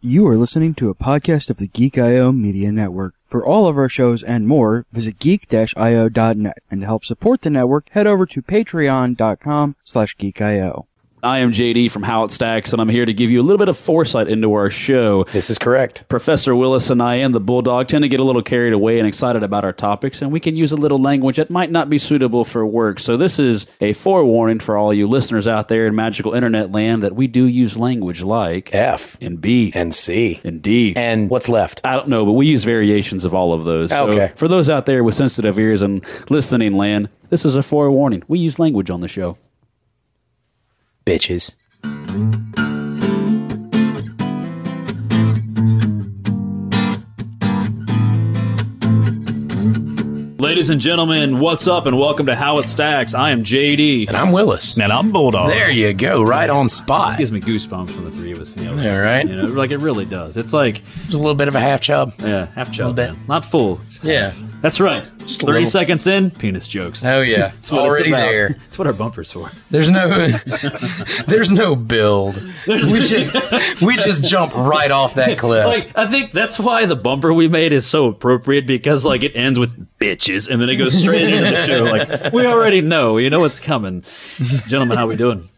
You are listening to a podcast of the Geek IO Media Network. For all of our shows and more, visit geek-io.net. And to help support the network, head over to patreon.com slash geekio. I am JD from How It Stacks, and I'm here to give you a little bit of foresight into our show. This is correct. Professor Willis and I and the Bulldog tend to get a little carried away and excited about our topics, and we can use a little language that might not be suitable for work. So, this is a forewarning for all you listeners out there in magical internet land that we do use language like F and B and C. and D. And what's left? I don't know, but we use variations of all of those. So Okay. for those out there with sensitive ears and listening land, this is a forewarning. We use language on the show. Bitches. Ladies and gentlemen, what's up and welcome to How It Stacks. I am JD. And I'm Willis. And I'm Bulldog. There you go. Right on spot. Gives me goosebumps when the three of us nail All this. right. You know, like it really does. It's like, Just a little bit of a half chub. yeah, half chub, bit. man. not full. Just- Yeah. That's right. a Thirty little. seconds in, penis jokes. Oh yeah. That's what it's about. That's what our bumper's for. There's no There's no build. we just we just jump right off that cliff. Like, I think that's why the bumper we made is so appropriate because, like, it ends with bitches and then it goes straight into the show. Like, We already know. You know what's coming. gentlemen, how we doing?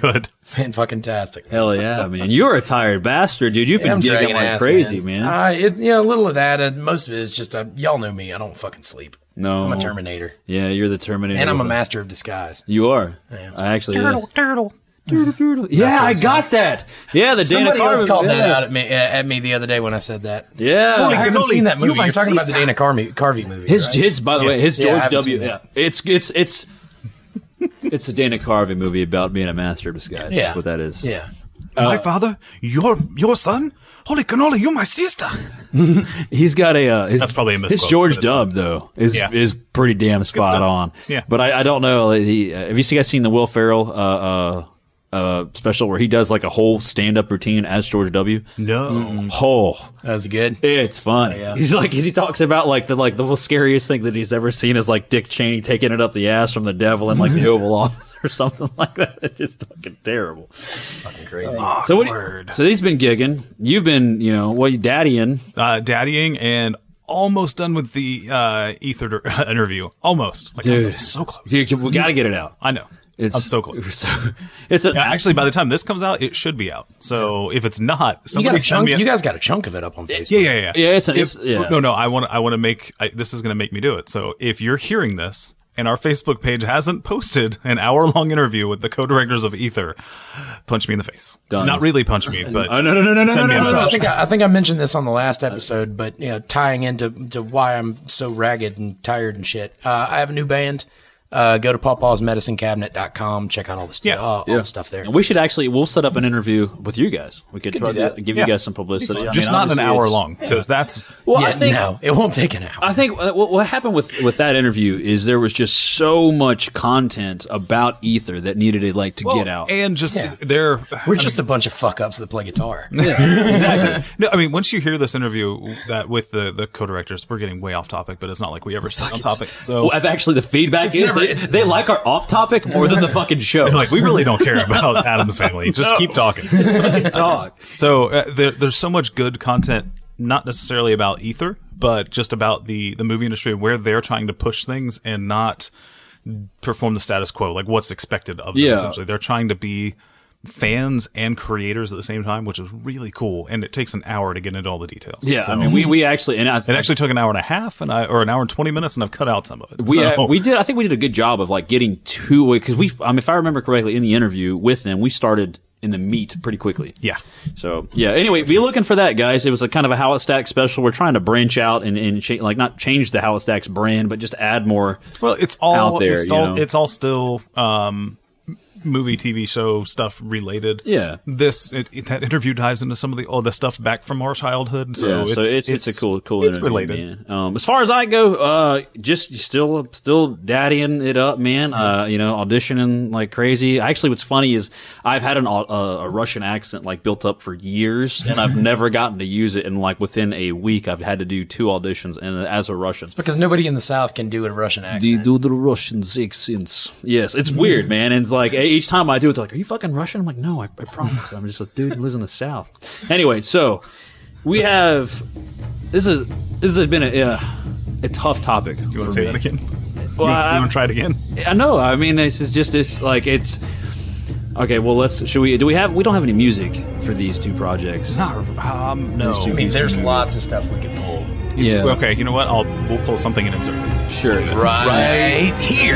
good. Man, fucking tastic. Hell yeah, man. You're a tired bastard, dude. You've been I'm gigging dragging like ass, crazy, man. Uh, it, yeah, a little of that. Uh, most of it is just uh, y'all know me. I don't fucking sleep. No. I'm a Terminator, Yeah, you're the Terminator. and I'm a with master of disguise. You are. I actually turtle, turtle, turtle, turtle. Yeah, I got that. Yeah, the Dana Somebody Carvey else called yeah. that out at me, uh, at me the other day when I said that. Yeah, I haven't totally- seen that movie. you You're might talking see about the Dana Carvey, Carvey movie. his right? his. By the way, his Yeah, I George haven't W. seen that. It's it's it's. It's a Dana Carvey movie about being a master of disguise. Yeah. That's what that is. yeah. Uh, my father, your your son. Holy cannoli, you're my sister. He's got a. Uh, his, That's probably a his misquote, George but it's Dub though is Yeah. is pretty damn spot stuff. on. Yeah. but I, I don't know. like, He, uh, have you guys seen the Will Ferrell uh, uh, uh, special where he does like a whole stand up routine as George W? No, Oh, That was good. It's funny. He's like he talks about like the like the scariest thing that he's ever seen is like Dick Cheney taking it up the ass from the devil in like the Oval Office or something like that. It's just fucking terrible. Crazy. So what? Awkward. so he's been gigging. You've been you know what you daddying. uh, daddying and almost done with the uh, ether interview. Almost, like Dude. so close. Dude, we got to get it out. I know. It's I'm so close. so- it's a, Yeah, actually, by the time this comes out, it should be out. So if it's not, You, got somebody a send chunk, me. A, you guys got a chunk of it up on Facebook. yeah, yeah, yeah. Yeah, it's- it's- If- yeah. No, no. I want. I want to make. I, this is going to make me do it. So if you're hearing this and our Facebook page hasn't posted an hour long interview with the co directors of Ether, punch me in the face. Done. Not really punch me, but oh, no no no no no Send me no. a no, message. no. I think I, I think I mentioned this on the last episode, but you know, tying into to why I'm so ragged and tired and shit. Uh, I have a new band. Uh, go to pawpawsmedicinecabinet.com. Check out all the stuff. Yeah. Uh, all the stuff there. We should actually we'll set up an interview with you guys. We could, try do to that. give Yeah. you guys some publicity. I just mean, not an obviously, hour it's- long because that's Well, yeah, I think no, it won't take an hour. I think uh, what, what happened with, with that interview is there was just so much content about Ether that needed it like to get out. and just Yeah. they're We're just a bunch of fuck ups that play guitar. No, I mean, once you hear this interview that with the, the co-directors, we're getting way off topic, but it's not like we ever stay on topic. So Well, I've actually the feedback is never- they, they like our off topic more than the fucking show. like, we really don't care about Adam's family. Just keep talking. Dog. So uh, there, there's so much good content, not necessarily about Ether, but just about the, the movie industry and where they're trying to push things and not perform the status quo, like what's expected of them. Yeah. Essentially, they're trying to be fans and creators at the same time, which is really cool. And it takes an hour to get into all the details. Yeah, So- I mean we, we actually and I, It actually took an hour and a half, and I or an hour and twenty minutes, and I've cut out some of it. we So- uh, we did I think we did a good job of like getting to it because we I mean, if I remember correctly in the interview with them we started in the meat pretty quickly. yeah. So yeah. Anyway, be looking for that, guys. It was a kind of a How It Stacks special. We're trying to branch out and, and cha- like not change the How It Stacks brand, but just add more. Well, it's all out there, It's you all, know? it's all still um, m- movie, TV show stuff related. Yeah. This it, it- that interview dives into some of the all the stuff back from our childhood. So, yeah, it's, so it's, it's a cool cool. It's interview, related. man. Um, as far as I go, uh, just still still daddying it up, man. Uh, you know, auditioning like crazy. Actually, what's funny is I've had an au- uh, a Russian accent like built up for years, and I've never gotten to use it. And like within a week, I've had to do two auditions, and as a Russian. Because nobody in the South can do a Russian accent. do the Russian accents. Yes, it's weird, man. And it's like, eh, each time I do it, they're like, "Are you fucking Russian?" I'm like, "No, I, I promise." I'm just a dude who lives in the South. Anyway, so we have this is this has been a uh, a tough topic. You want to say that again? Well, you I, want to try it again? I know. I mean, this is just it's like it's okay. Well, let's should we do we have we don't have any music for these two projects? Um, no. I mean, there's lots of stuff we could pull. Yeah, Okay, you know what? I'll we'll pull something and insert. it. sure. Right, here.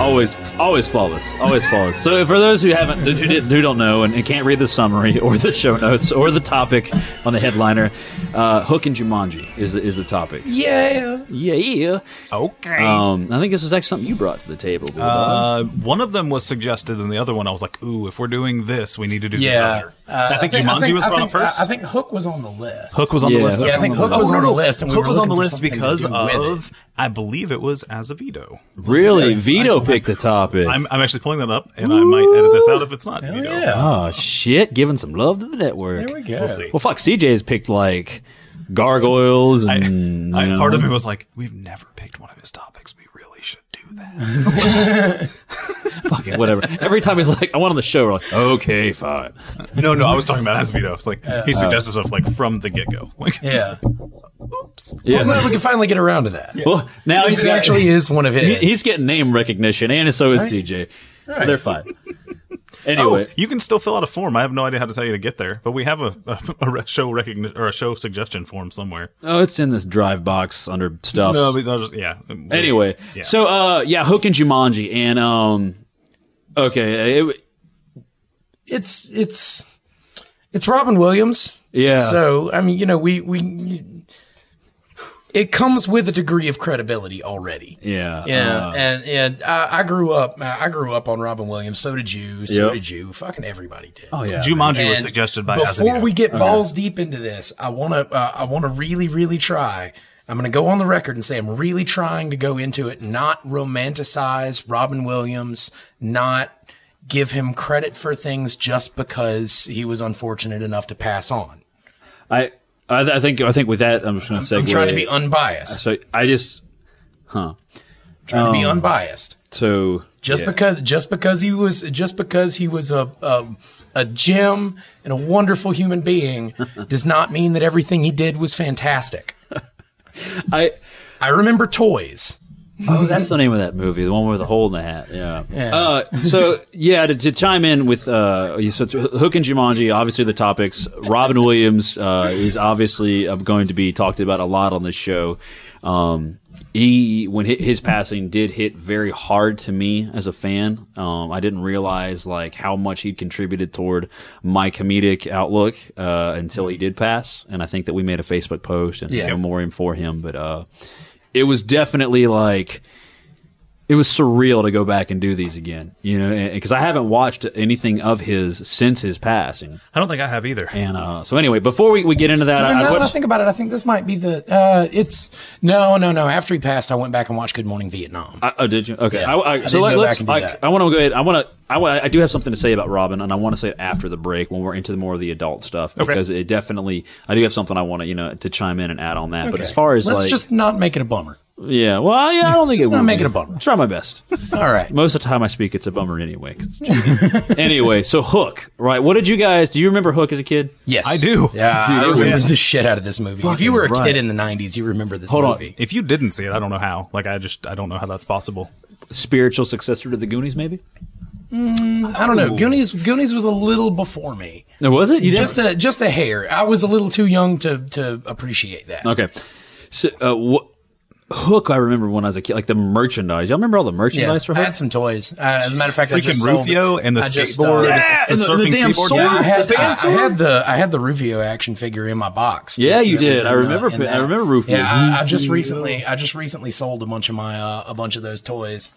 Always, always flawless. Always flawless. So, for those who haven't, who, didn't- who don't know, and, and can't read the summary or the show notes or the topic on the headliner, uh, Hook and Jumanji is the- is the topic. Yeah. Yeah, yeah. Okay. Um, I think this was actually something you brought to the table. Bulldog. Uh, one of them was suggested, and the other one I was like, "Ooh, if we're doing this, we need to do the yeah. Uh, other." I, think Jumanji was brought up first. I, think Hook was on the list. Hook was on Yeah, the list. Yeah, I That's think on the Hook was on list. Oh, no, the no. list, and we Hook were was on the looking for list something to because do with of, I believe it was Azevedo. really, Vito picked the topic. I'm, I'm actually pulling that up, and I might edit this out if it's not. Vito. Yeah. oh shit! Giving some love to the network. There we go. We'll see. Well, fuck. CJ's picked like gargoyles I, and I- you know. part of me was like, we've never picked one of his topics. We really should do that. fuck it, whatever. Every time he's like, "I want on the show," we're like, "Okay, fine." Oh. no, no, I was talking about Azevedo. It's like he suggested stuff like from the get go. Like, Yeah. Yeah. I'm glad we can finally get around to that. Well, now he's It got- actually is one of he- his. he's getting name recognition, and so is CJ. They're fine. Anyway, Oh, you can still fill out a form. I have no idea how to tell you to get there, but we have a, a, a re- show recognition or a show suggestion form somewhere. oh. it's in this drive box under stuff. No, but those- yeah. anyway, Yeah. so uh, yeah, Hook and Jumanji, and um, okay, it, it's it's it's Robin Williams. Yeah. So I mean, you know, we we it comes with a degree of credibility already. yeah, Yeah, Uh-huh. uh, and and I, I grew up. I grew up on Robin Williams. So did you. So Yep. did you. Fucking everybody did. oh yeah, Jumanji And was suggested by Before Azevedo. we get balls deep into this, I want to. Uh, I want to really, really try. I'm going to go on the record and say I'm really trying to go into it, not romanticize Robin Williams, not give him credit for things just because he was unfortunate enough to pass on. I, I, I think I think with that, I'm just gonna say I'm trying to be unbiased. so I just Trying to be unbiased. so just yeah. because just because he was just because he was a, a a gem and a wonderful human being does not mean that everything he did was fantastic. I. I remember toys. Oh, that's the name of that movie, the one with the hole in the hat. Yeah. Uh, so yeah, to, to chime in with uh, you said Hook and Jumanji, obviously the topics. Robin Williams uh, is obviously uh, going to be talked about a lot on this show. Um, he when hi- his passing did hit very hard to me as a fan. Um, I didn't realize like how much he contributed toward my comedic outlook uh, until he did pass, and I think that we made a Facebook post and Yeah. memoriam for him, but. Uh, it was definitely like it was surreal to go back and do these again, you know, because I haven't watched anything of his since his passing. I don't think I have either. And uh, so, anyway, before we, we get into that, No, Uh, I, now I that I put, think about it, I think this might be the. Uh, it's no, no, no. After he passed, I went back and watched Good Morning Vietnam. I- oh, did you? Okay, Yeah, I, I, I so did let, go us back and do I, that. I want to go ahead. I want to. I, wa- I do have something to say about Robin, and I want to say it after the break when we're into the more of the adult stuff because it definitely. I do have something I want to you know to chime in and add on that. But Okay. as far as let's like, just not make it a bummer. yeah, well, yeah, I don't think just it. not will make be. it a bummer. Try my best. All right. Most of the time I speak, it's a bummer anyway. 'cause it's- anyway, so Hook, right? What did you guys? Do you remember Hook as a kid? Yes, I do. Yeah, Dude, I it remember was- the shit out of this movie. If you were a right. kid in the '90s, you remember this Hold on. movie. If you didn't see it, I don't know how. Like, I just I don't know how that's possible. Spiritual successor to the Goonies, maybe? I don't know. Goonies. Goonies was a little before me. No, was it? You just a just a hair. I was a little too young to to appreciate that. okay. So uh, what? Hook, I remember when I was a kid, like the merchandise. Y'all remember all the Yeah, merchandise for I Hook? had some toys. Uh, as a matter of fact, I Freaking just sold- Rufio and the I just, skateboard. uh, Yeah, and the, the- the surfing damn skateboard. sword. Yeah. I had, I, I sword? had the I had the Rufio action figure in my box. Yeah, that- you that was did. I in, remember- in I remember Rufio. Yeah, I, I just Rufio. recently I just recently sold a bunch of my uh, a bunch of those toys.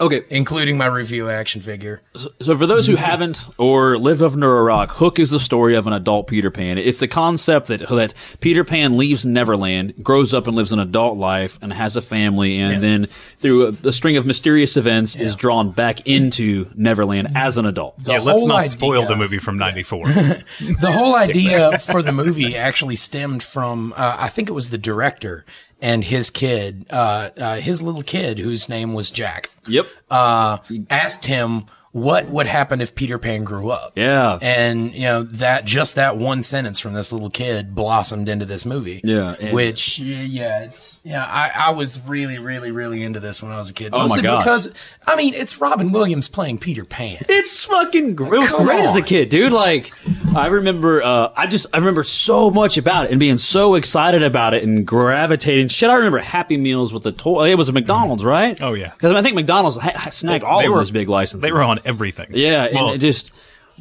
Okay, including my review action figure. So, for those who haven't or lived under a rock, Hook is the story of an adult Peter Pan. It's the concept that that Peter Pan leaves Neverland, grows up and lives an adult life, and has a family, and then through a, a string of mysterious events is drawn back into Neverland as an adult. The yeah, let's whole not spoil idea- the movie from '94. The whole idea for the movie actually stemmed from, uh, I think it was the director and his kid, uh, uh, his little kid, whose name was Jack, Yep. uh, asked him what would happen if Peter Pan grew up. Yeah. And, you know, that just that one sentence from this little kid blossomed into this movie. Yeah, and- Which, yeah, it's, yeah, I, I was really, really, really into this when I was a kid. Oh my Mostly God. Because, I mean, it's Robin Williams playing Peter Pan. It's fucking. Gr- it was Come great as a on. kid, dude. Like, I remember. Uh, I just I remember so much about it and being so excited about it and gravitating. Shit, I remember Happy Meals with the toy. It was a McDonald's, right? Oh, yeah. Because I think McDonald's ha- ha- snagged all They of were- those big licenses. they were on everything. Yeah, and Well, it just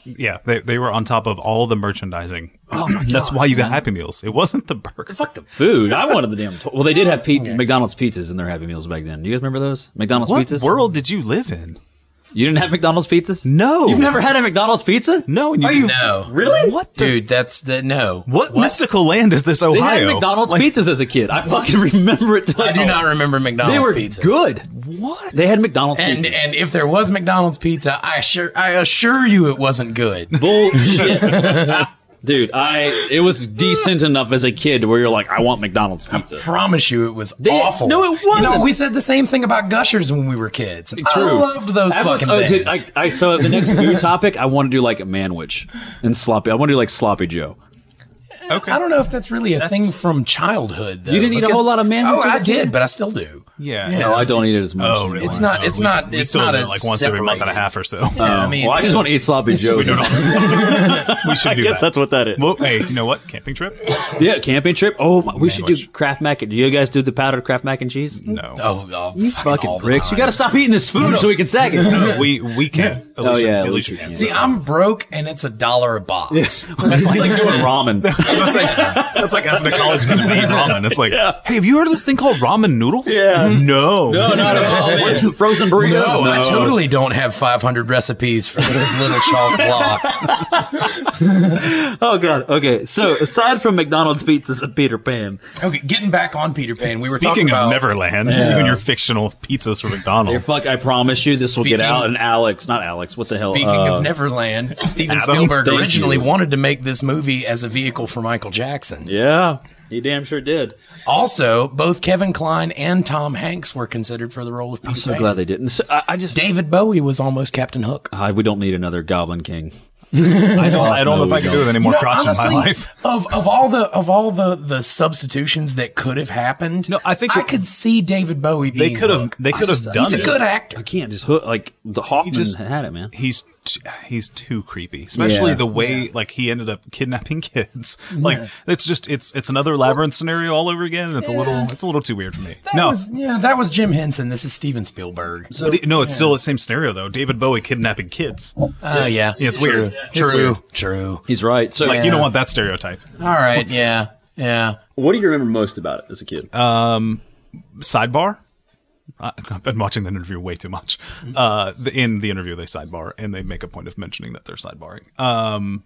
yeah, they, they were on top of all the merchandising. Oh That's why you got Happy Meals. It wasn't the burger. fuck the food. I wanted the damn. To- well, they did have pe- McDonald's pizzas in their Happy Meals back then. Do you guys remember those McDonald's What pizzas? world did you live in? You didn't have McDonald's pizzas? No. You've never had a McDonald's pizza? No, and you, Are you No. really? What the- Dude, that's the, no. What, mystical land is this? They Ohio? had McDonald's Like, pizzas as a kid. I fucking remember it. I do not remember McDonald's They were pizza. good. What? They had McDonald's And pizza. and if there was McDonald's pizza, I sure I assure you it wasn't good. Bullshit. Dude, I it was decent enough as a kid where you're like, I want McDonald's pizza. Promise you, it was awful. no, it You know, wasn't. we said the same thing about Gushers when we were kids. I True. loved those That was- fucking oh, things. dude, I, I, so the next food topic, I want to do like a manwich and sloppy. I want to do like sloppy Joe. Okay. I don't know if that's really a thing from childhood. Though, You didn't eat a because- whole lot of man Oh, food as I a kid? did, but I still do. Yeah. No, I don't eat it as much. Oh, anymore. really? It's not- No, it's we- not- we it's still not do it as like once every month and a separated. half or so. Um, I mean, well, I just want to eat sloppy Joe. just- we should I do guess that. that's what that is. Well, hey, you know what? Camping trip? yeah, camping trip. Oh, my, we should do Manwich. Kraft mac. and- Do you guys do the powdered Kraft mac and cheese? No. oh, oh, Fucking all the bricks! You time. got to stop eating this food so we can sag it. No, we we can't. Alicia, Oh, yeah, Alicia Alicia, can. can. See, I'm broke, and it's a dollar a box. That's like, doing ramen. That's like, that's like asking a college kid to eat ramen. It's like, hey, have you heard of this thing called ramen noodles? Yeah. No. No, not at all. It's frozen burritos. No, I totally don't have 500 recipes for those little chalk blocks. Oh god. Okay. So aside from McDonald's pizzas and Peter Pan, Okay, getting back on Peter Pan, we were talking Speaking about of Neverland, you and your fictional pizzas from Hey, McDonald's. fuck, I promise you, this will get Speaking- out. And Alex, not Alex. What the hell? Speaking uh, of Neverland, Steven Adam, Spielberg thank originally you. wanted to make this movie as a vehicle for Michael Jackson. yeah, he damn sure did. Also, both Kevin Kline and Tom Hanks were considered for the role of Peter So Pan. glad they didn't. So, I, I just David Bowie was almost Captain Hook. I, we don't need another Goblin King. I don't, I don't know if I can do it anymore. You know, crotch in honestly, my life. Of of all the of all the the substitutions that could have happened, No, I think I it- could see David Bowie. They Being could have. Hook. They could have done He's it. a good actor. I can't just hook like the Hoffman just- had it, man. he's t- he's too creepy especially Yeah. the way like he ended up kidnapping kids like it's just it's it's another labyrinth scenario all over again and it's a little it's a little too weird for me That no was, yeah, that was Jim Henson. This is Steven Spielberg. but it- no it's still the same scenario though david bowie kidnapping kids Oh yeah, Yeah, it's true. weird. It's True, weird. true. He's right. So, uh, like you don't want that stereotype All right, yeah, yeah. what do you remember most about it as a kid? sidebar I- I've been watching that interview way too much. Mm-hmm. Uh, the, in the interview, they sidebar and they make a point of mentioning that they're sidebarring. Um,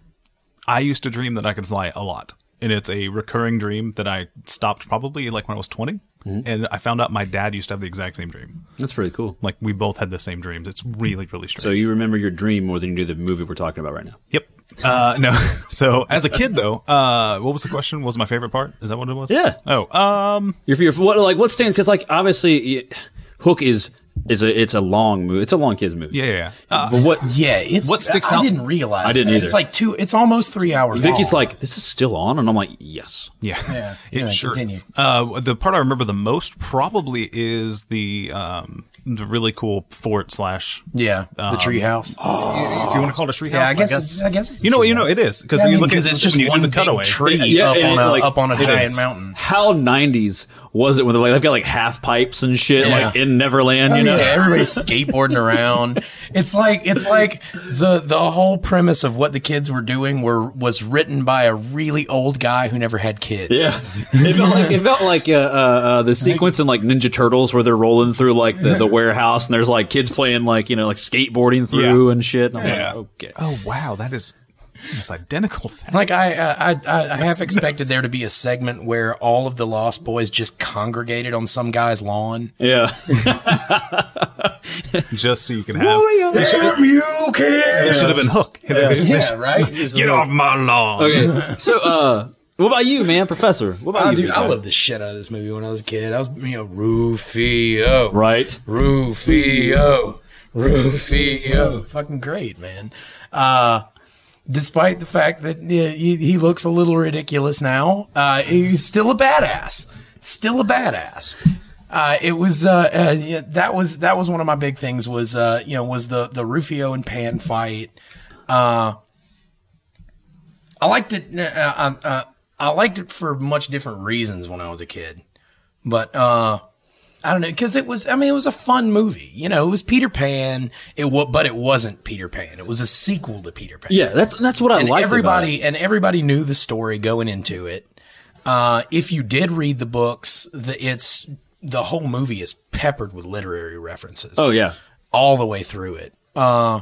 I used to dream that I could fly a lot, and it's a recurring dream that I stopped probably like when I was 20 Mm-hmm. and I found out my dad used to have the exact same dream. That's pretty cool. Like we both had the same dreams. It's really, really strange. So you remember your dream more than you do the movie we're talking about right now. yep. Uh, no. so as a kid, though, uh, what was the question? What was my favorite part? Is that what it was? Yeah. Oh, um, Your fear, what like what stands? Because like obviously, y- Hook is is a it's a long movie. It's a long kids movie. yeah, yeah. yeah. Uh, But what Yeah, it's What sticks I out- didn't realize. I didn't that. either. It's like two. It's almost three hours. Vicky's long. like, this is still on, and I'm like, yes. Yeah, Yeah. it Anyway, sure continue. is. Uh, the part I remember the most probably is the um, the really cool fort slash. yeah, um, the treehouse. Oh. If you want to call it a treehouse, Yeah, I guess it's- I guess it's a you know, you know, treehouse. it is because Yeah, I you mean, look at 'cause it's just you do one the big cutaway. tree Yeah, up, and on it, a, like, up on a it giant is. mountain. How 90s was it when they're like they've got like half pipes and shit Yeah. like in Neverland, Oh, you know? yeah, everybody's skateboarding around. It's like it's like the the whole premise of what the kids were doing were was written by a really old guy who never had kids. Yeah, it felt like it felt like uh, uh, uh, the sequence in like Ninja Turtles where they're rolling through like the, the warehouse and there's like kids playing like you know like skateboarding through and shit. And I'm Yeah. like, okay, Oh wow, that is almost identical. Thing. Like I, uh, I, I, I half expected there to be a segment where all of the Lost Boys just congregated on some guy's lawn. yeah, Just so you can have. It Damn you, kids! should have been Hook. Yeah, right. Get off my lawn. okay. So, uh, what about you, man, Professor? What about Oh, you, dude, I PJ? loved the shit out of this movie when I was a kid. I was, you know, oh. Rufio, right? Rufio, Rufio, fucking great, man. Uh, despite the fact that yeah, he, he looks a little ridiculous now, uh, he's still a badass. Still a badass. Uh, it was uh, uh, yeah, that was that was one of my big things was uh, you know was the the Rufio and Pan fight. Uh, I liked it. Uh, uh, uh, I liked it for much different reasons when I was a kid, but uh, I don't know because it was. I mean, it was a fun movie. You know, it was Peter Pan. It wa- but it wasn't Peter Pan. It was a sequel to Peter Pan. Yeah, that's that's what I and like. everybody and everybody knew the story going into it. Uh, if you did read the books, the, it's the whole movie is peppered with literary references Oh yeah, all the way through it. Uh,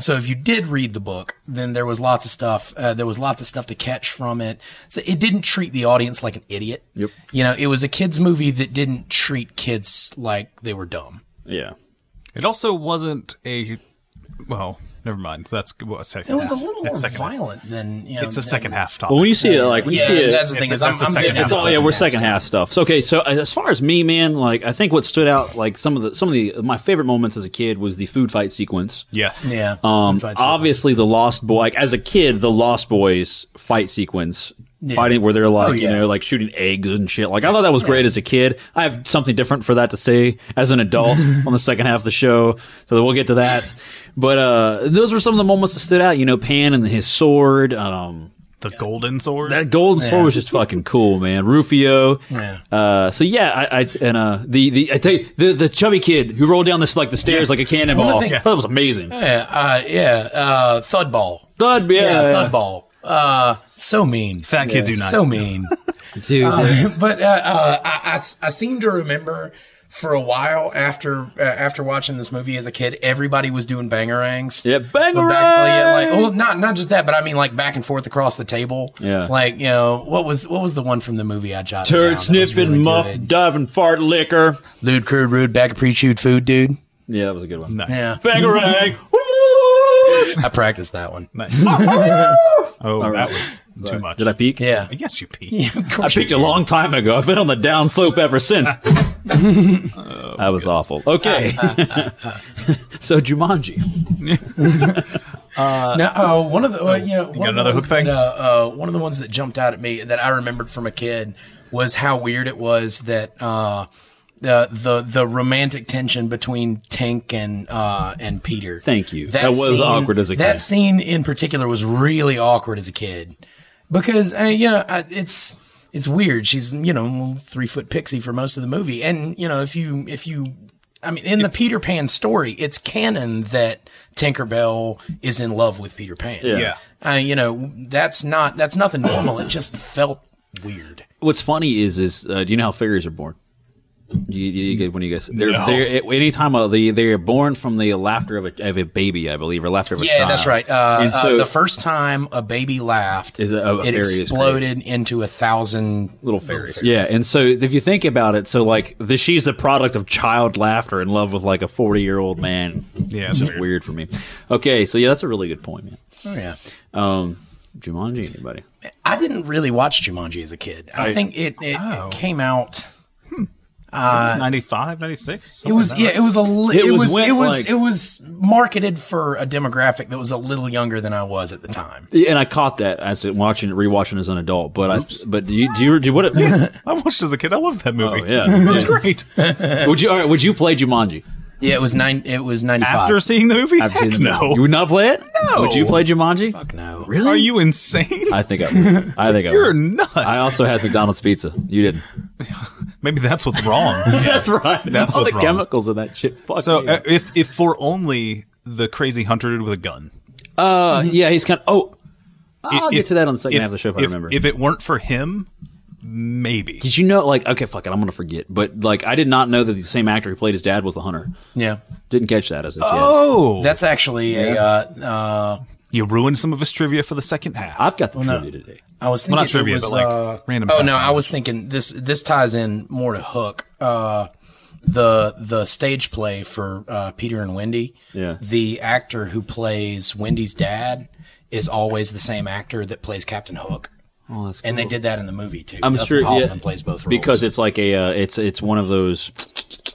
so if you did read the book, then there was lots of stuff. Uh, there was lots of stuff to catch from it. So it didn't treat the audience like an idiot. Yep. You know, it was a kids movie that didn't treat kids like they were dumb. yeah. It also wasn't a. Well, never mind. That's well, a second. It was a half. little more That's second half. violent than you know. It's a than- second half topic. Well, when you see it, like when you Yeah, see it, that's the thing. it's a- is I'm, that's a I'm second getting half. to It's Oh yeah, second we're second half stuff. So okay, so as far as me, man, like I think what stood out, like some of the some of the my favorite moments as a kid was the food fight sequence. yes. Yeah. Um, Fight sequence. obviously the Lost Boy, like as a kid, the Lost Boys fight sequence. Fighting where they're like, Oh, you yeah. know, like shooting eggs and shit. Like, I thought that was great as a kid. I have something different for that to say as an adult on the second half of the show. So that we'll get to that. But, uh, those were some of the moments that stood out, you know, Pan and his sword. Um, The golden sword. that golden sword was just fucking cool, man. Rufio. Yeah. Uh, so yeah, I, I and, uh, the, the, I tell you, the, the chubby kid who rolled down this, like the stairs like a cannonball. thing- I thought it was amazing. Yeah, uh, yeah, uh, Thudball. Thud, Yeah, yeah. Thudball. Uh, so mean. Fat kids unite. So mean. Dude, but uh, uh, I, I s- I seem to remember for a while after uh, after watching this movie as a kid, everybody was doing bangerangs. Yeah, But back- oh, yeah, bangarang. like well, not not just that, but I mean like back and forth across the table. Yeah. like you know what was what was the one from the movie I jotted down that Turd was sniffing, really muff, good? diving, fart liquor. lewd, crude, rude, bag of pre-chewed food, dude. Yeah, that was a good one. nice. Yeah, Bangarang. I practiced that one. Nice. oh, that was too much. Did I peek? Yeah, Yes, you peed. I peeked a long time ago. I've been on the downslope ever since. Oh, that was awful. Okay. so Jumanji. No, uh, one of the Oh, uh, you know one of the another ones hook thing? That, uh, uh, one of the ones that jumped out at me that I remembered from a kid was how weird it was that uh, the the the romantic tension between Tink and uh, and Peter. Thank you. That was awkward as a That kid. scene in particular was really awkward as a kid because uh, you know I, it's. It's weird. She's you know three foot pixie for most of the movie, and you know if you if you I mean, in the Peter Pan story, it's canon that Tinkerbell is in love with Peter Pan. Yeah. Uh, you know, that's not that's nothing normal. It just felt weird. What's funny is, is uh, do you know how fairies are born? You, you, you get- when you guys, they're, they're anytime uh, they they're born from the laughter of a, of a baby, I believe, or laughter of a Yeah, child. that's right. Uh, And so- uh, the first time a baby laughed, Is a- a it fairy is exploded into a thousand little fairies. Yeah, and so if you think about it, so like the, she's the product of child laughter in love with like a forty year old man. Yeah, it's just weird. weird. for me. Okay, so yeah, that's a really good point, man. Oh, yeah. Um, Jumanji, anybody? I didn't really watch Jumanji as a kid. I, think it it, Oh. it came out. 95, 96? It was yeah. It was a li- Uh, It it, was was, went it was like- it was marketed for a demographic that was a little younger than I was at the time. Yeah, And I caught that as it- watching rewatching as an adult, but I but do you do you, do you- what? I watched as a kid. I loved that movie. Oh, yeah. it was great. would you all right, would you play Jumanji? Yeah, it was nine. It was ninety five. after seeing the movie? I've seen Heck the no. movie. You would not play it? No. Would you play Jumanji? Fuck no. Are you insane? I think I would. I think I You're would. nuts. I also had McDonald's pizza. You didn't. Maybe that's what's wrong. That's right. That's All what's the wrong. chemicals in that shit. Fuck so me. uh, if if for only the crazy hunter with a gun. Uh, yeah, he's kind of. Oh, I'll If- get to that on the second if- half of the show if, I if- remember. If it weren't for him, maybe. did you know? Like, okay, fuck it, I'm gonna forget. But like, I did not know that the same actor who played his dad was the hunter. Yeah, Didn't catch that as a kid. Oh, that's actually a. Uh, uh, you ruined some of his trivia for the second half. I've got the trivia today. I was thinking Well, not trivia, it was but, like, uh, random Oh fact no, I knowledge. was thinking this. This ties in more to Hook. Uh, the the stage play for uh, Peter and Wendy. Yeah. The actor who plays Wendy's dad is always the same actor that plays Captain Hook. Oh, that's And they did that in the movie too. I'm Dustin sure, yeah. Hoffman plays both roles. because it's like a uh, it's it's one of those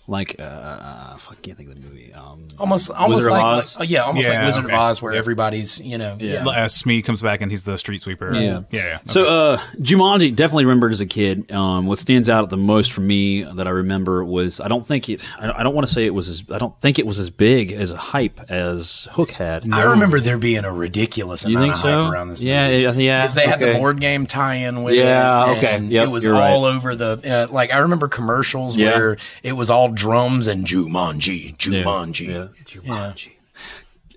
like uh, uh fuck, I can't think of the movie. Um, almost almost Wizard of like, Oz? like- oh, yeah, almost like Yeah, Wizard okay. of Oz, where everybody's you know yeah. Uh, Smee comes back and he's the street sweeper. Yeah. yeah. yeah. So uh, Jumanji definitely remembered as a kid. Um, what stands out the most for me that I remember was I don't think it. I don't, I don't want to say it was as I don't think it was as big as a hype as Hook had. I remember there being a ridiculous um, you amount think of so? hype around this. yeah, movie. yeah, yeah. because they had the okay. board game tie-in with Yeah, it. okay. and Yep, it was you're right. all over the uh, like. I remember commercials Yeah. where it was all drums and Jumanji, Jumanji. Yeah. Jumanji.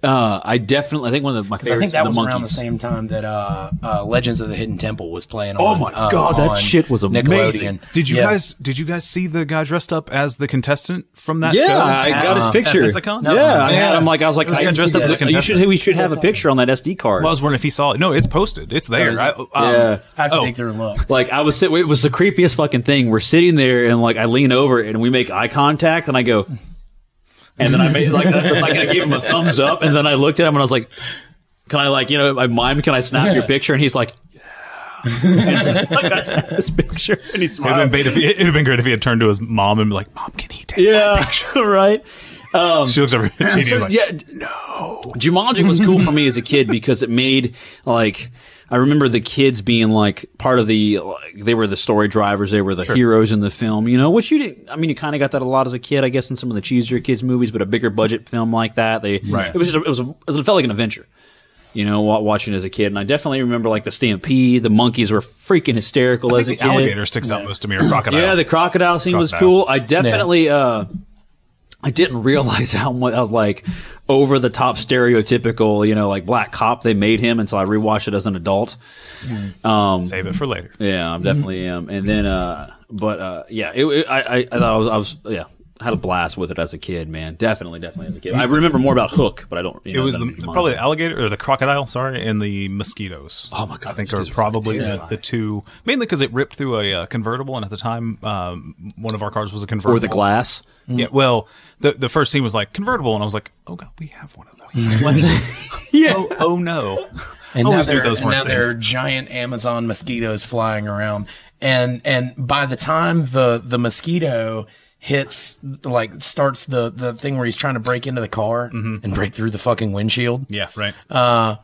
Uh, I definitely. I think one of the, my 'Cause I favorites. think that the was monkeys. around the same time that uh, uh, Legends of the Hidden Temple was playing. Oh on, my uh, God, that on shit was amazing. Nickelodeon. did you Yeah. guys did you guys see the guy dressed up as the contestant from that Yeah, show? I at- got his uh, at picture. Pensacon? Yeah, I had, I'm like, I was like, was I getting dressed up as a You contestant. should, we should have That's a picture on that SD card. Well, I was wondering if he saw it. No, it's posted. It's there. is I, it? um, yeah. I have to Oh. dig through and look. Like I was, sit- it was the creepiest fucking thing. We're sitting there, and like I lean over, and we make eye contact, and I go, and then I made like that's like I gave him a thumbs up, and then I looked at him, and I was like, "Can I like you know I mime? Can I snap your picture?" And he's like, "Yeah." And so, like, I snapped his picture, and he It would smiled. have been, bait if he- it would've been great if he had turned to his mom and be like, "Mom, can he take?" Yeah, right. She looks over. at Genie So, and like, yeah, no. Jumanji was cool for me as a kid because it made like I remember the kids being like part of the like, they were the story drivers, they were the heroes in the film, you know, which you didn't I mean you kind of got that a lot as a kid, I guess in some of the cheesier kids movies, but a bigger budget film like that, they right. it was just a, it was a, it felt like an adventure. You know, wa- watching as a kid, and I definitely remember like the stampede. The monkeys were freaking hysterical I as a think kid. the alligator sticks out most to me or crocodile. Yeah, the crocodile scene was Crocodile. cool. I definitely, uh, I didn't realize how much I was like over the top stereotypical, you know, like black cop they made him until I rewatched it as an adult. Save it for later. Yeah, I'm definitely Mm-hmm. am. And then, uh, but uh, yeah, it, it- I, I, I thought I was, I was, yeah. Had a blast with it as a kid, man. Definitely, definitely as a kid. I remember more about Hook, but I don't. You It know, was the, than Jumanji. probably the alligator or the crocodile, sorry, and the mosquitoes. Oh my God, I think those are dudes are probably the, the two mainly because it ripped through a uh, convertible, and at the time, um, one of our cars was a convertible or the glass. Yeah, well, the the first scene was like convertible, and I was like, oh god, we have one of those. Like, Yeah. oh, oh no. and now, Always knew there, Oh, those and weren't now there are safe. giant Amazon mosquitoes flying around, and and by the time the the mosquito hits, like starts the the thing where he's trying to break into the car and break through the fucking windshield. Yeah, right. Uh,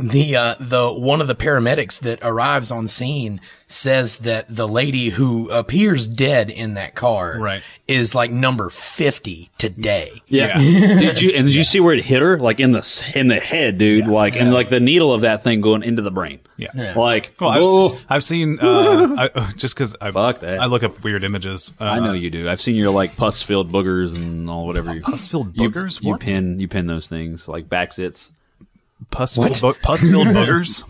The uh, the one of the paramedics that arrives on scene says that the lady who appears dead in that car Right. is like number fifty today. Yeah. did you and did you see where it hit her? Like in the in the head, dude. like and like the needle of that thing going into the brain. Yeah. Like oh, Well, I've, oh. whoa. se- I've seen uh, I, just because I Fuck that. I look up weird images. Uh, I know you do. I've seen your like pus filled boogers and all whatever. you- Pus-filled you- boogers? You, What? pin you pin those things like back zits. pus-filled, bo- pus-filled boogers.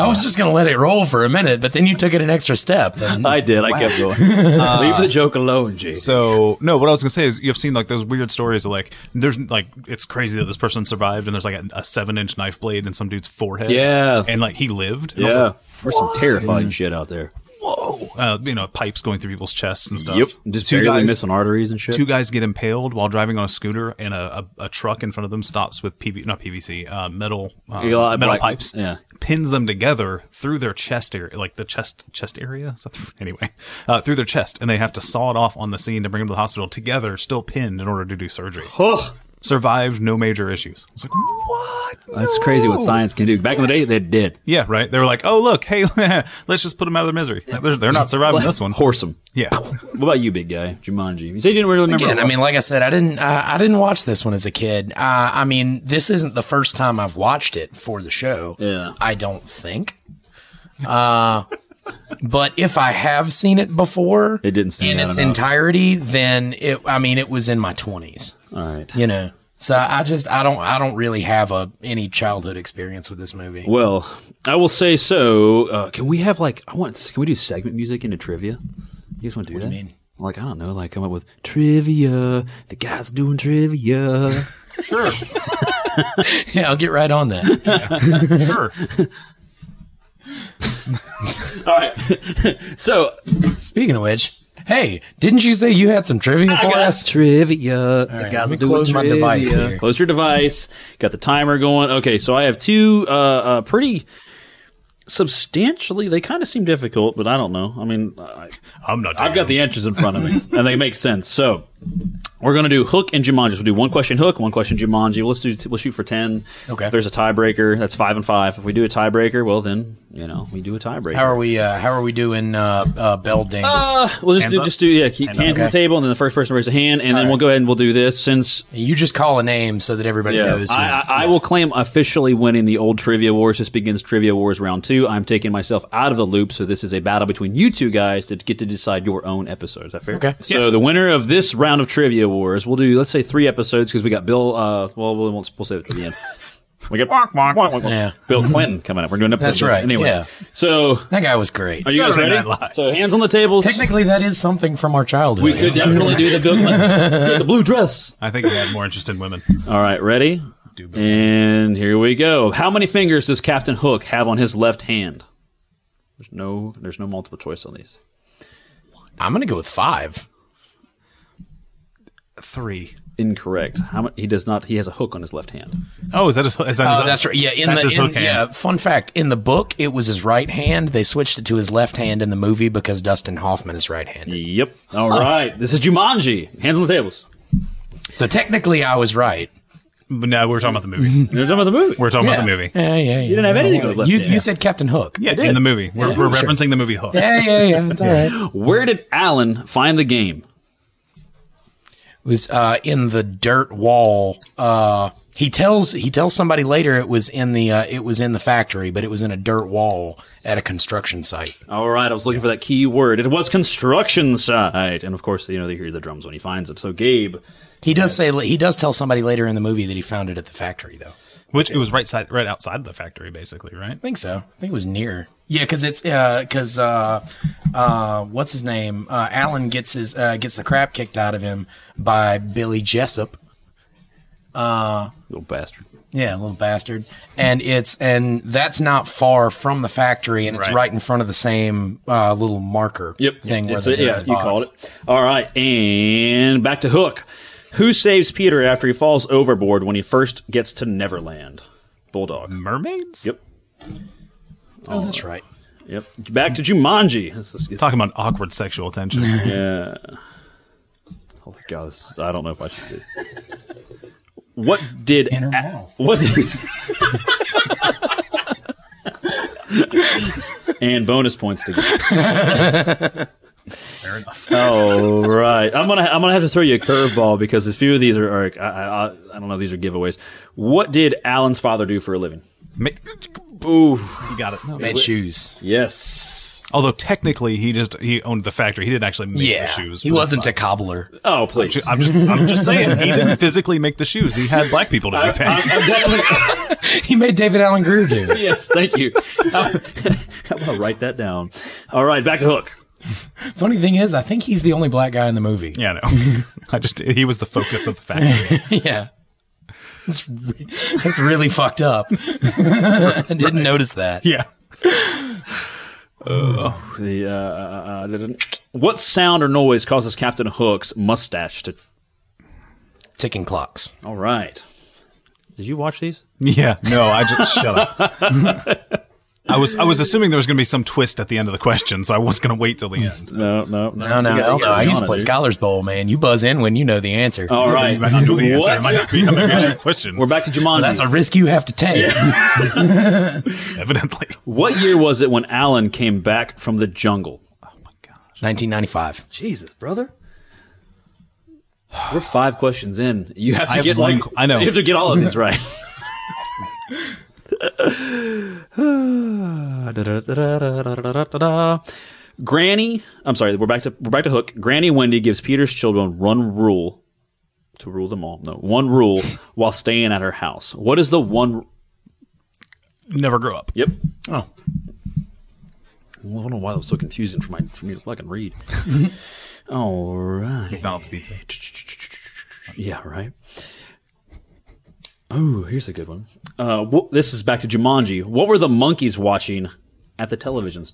I was just gonna let it roll for a minute, but then you took it an extra step. and- I did. I kept going. Leave the joke alone, Jay. Uh, So no, what I was gonna say is you've seen like those weird stories of like there's like it's crazy that this person survived and there's like a, a seven inch knife blade in some dude's forehead. Yeah. and like he lived. And I was yeah, like, there's some terrifying shit out there. Whoa, uh, you know, pipes going through people's chests and stuff. Yep, just two barely guys, missing arteries and shit. two guys get impaled while driving on a scooter, and a, a, a truck in front of them stops with PV, not PVC, uh, metal uh, Yeah, like metal black- pipes. yeah. pins them together through their chest area, like the chest chest area. Is that the- anyway, uh, through their chest, and they have to saw it off on the scene to bring them to the hospital together, still pinned, in order to do surgery. Oh, survived no major issues. I was like, what? That's crazy what science can do. Back in the day, they did. Yeah, right. They were like, oh look, hey, let's just put them out of their misery. Like, They're, they're not surviving this one. Horse 'em. Yeah, What about you, big guy? Jumanji. You say you didn't really remember. Again, I mean, like I said, I didn't, uh, I didn't watch this one as a kid. Uh, I mean, this isn't the first time I've watched it for the show. Yeah. I don't think. Uh, but if I have seen it before it didn't stand in out its enough. entirety, then it, I mean, it was in my twenties, All right. you know? So I just, I don't, I don't really have a, any childhood experience with this movie. Well, I will say so. Uh, can we have like I want? Can we do segment music into trivia? You guys want to do that? mean? Like I don't know. Like come up with trivia. The guys doing trivia. sure, yeah, I'll get right on that. sure. so Speaking of which, hey, didn't you say you had some trivia for us? trivia. the right, guys let me doing close my trivia. device here. Close your device. Got the timer going. Okay, so I have two uh, uh, pretty substantially. They kind of seem difficult, but I don't know. I mean, I, I'm not. I've got the answers in front of me, and they make sense. So we're gonna do Hook and Jumanji. So we'll do one question Hook, one question Jumanji. Let's do we'll shoot for ten. Okay. If there's a tiebreaker, that's five and five. If we do a tiebreaker, well then you know we do a tiebreaker. How are we, uh, how are we doing, uh, uh, Bell Dingus? Uh, we'll just Hands do, up? just do yeah. Keep hands on Okay. the table, and then the first person raises a hand, and then we'll go ahead and we'll do this since You just call a name so that everybody knows. I, who's- I, I will claim officially winning the old Trivia Wars. This begins Trivia Wars round two. I'm taking myself out of the loop, so this is a battle between you two guys to get to decide your own episode. Is that fair? Okay. So the winner of this round of Trivia Wars, we'll do let's say three episodes because we got Bill. Uh, well, we'll we'll, we'll save it to the end. We got Wonk, wonk. wonk, wonk, wonk. Yeah. Bill Clinton coming up. We're doing an episode. That's right, Anyway, yeah. so that guy was great. are you guys Saturday Night ready? Live. So hands on the tables. Technically, that is something from our childhood. we could definitely do the Bill Clinton, the blue dress. I think I had more interest in women. All right, ready? And here we go. How many fingers does Captain Hook have on his left hand? There's no there's no multiple choice on these. I'm going to go with five. Three. Incorrect. How many, he does not he has a hook on his left hand. Oh, is that his? Is that his Oh, that's right. Yeah, in that's the his in- hook hand. yeah. Fun fact: in the book, it was his right hand. They switched it to his left hand in the movie because Dustin Hoffman is right-handed. Yep. All right. This is Jumanji. Hands on the tables. So technically, I was right. But no, we're talking about the movie. You're talking about the movie. We're talking Yeah. about the movie. Yeah, yeah, yeah. You didn't have anything on his left You, hand. you said Captain Hook. Yeah, in the movie. We're, we're Sure. referencing the movie Hook. yeah, yeah, yeah. It's all right. It Where did Alan find the game? was uh, in the dirt wall. Uh, he tells he tells somebody later it was in the uh, it was in the factory, but it was in a dirt wall at a construction site. All right, I was looking for that key word. It was construction site. And of course, you know, they hear the drums when he finds it. So Gabe, He does say he does tell somebody later in the movie that he found it at the factory, though. I Which it was right side, right outside the factory, basically, right? think so. I think it was near. Yeah, because it's because uh, uh, what's his name? Uh, Alan gets his uh, gets the crap kicked out of him by Billy Jessup. little bastard. Yeah, little bastard. And it's and that's not far from the factory, and it's right, Right. in front of the same uh, little marker Yep. thing. It's where a- they're yeah, in the you box. called it. All right, and back to Hook. Who saves Peter after he falls overboard when he first gets to Neverland? Bulldog. Mm. Mermaids. Yep. Oh, that's right. Yep. Back to Jumanji. This is, this Talking is- about awkward sexual tension. Oh my god, this is- I don't know if I should do. What did Inner A- mouth. what? and bonus points to get. Fair enough. Oh right, I'm gonna I'm gonna have to throw you a curveball because a few of these are, are I, I, I don't know these are giveaways. What did Alan's father do for a living? Ma- Ooh, you got it. Made shoes. yes. Although technically, he just he owned the factory. He didn't actually make Yeah, the shoes. he but wasn't a cobbler. Oh please. I'm just I'm just saying he didn't physically make the shoes. He had black people to do that. I'm definitely- he made David Allen Greer do. it. yes, thank you. I'm, I'm gonna write that down. All right, back to Hook. Funny thing is, I think he's the only black guy in the movie. Yeah, no. I just he was the focus of the factory. Yeah. That's, re- that's really fucked up. I didn't notice that. Yeah. The, uh, uh, uh, what sound or noise causes Captain Hook's mustache to? Ticking clocks. All right. Did you watch these? Yeah. No, I just shut up. I was I was assuming there was going to be some twist at the end of the question, so I was going to wait till the end. No, no, no, No, no, You gotta- hell you no. gotta I be used to on play it, dude. Oh, Scholars Bowl, man. You buzz in when you know the answer. All I might not know the answer. It might right, not be, it might be a trick question. we're back to Jumanji. That's a risk you have to take. evidently. what year was it when Alan came back from the jungle? 1995. Jesus, brother. We're five questions in. You have to I have get one like qu- I know. You have to get all of these right. Granny, I'm sorry, we're back to we're back to Hook. Granny Wendy gives Peter's children one rule to rule them all. No, one rule while staying at her house. What is the one? Never grow up. Yep. Oh, I don't know why that was so confusing for my for me to fucking read. all right. McDonald's pizza. Yeah, right. Oh, here's a good one. Uh, wh- this is back to Jumanji. What were the monkeys watching at the televisions?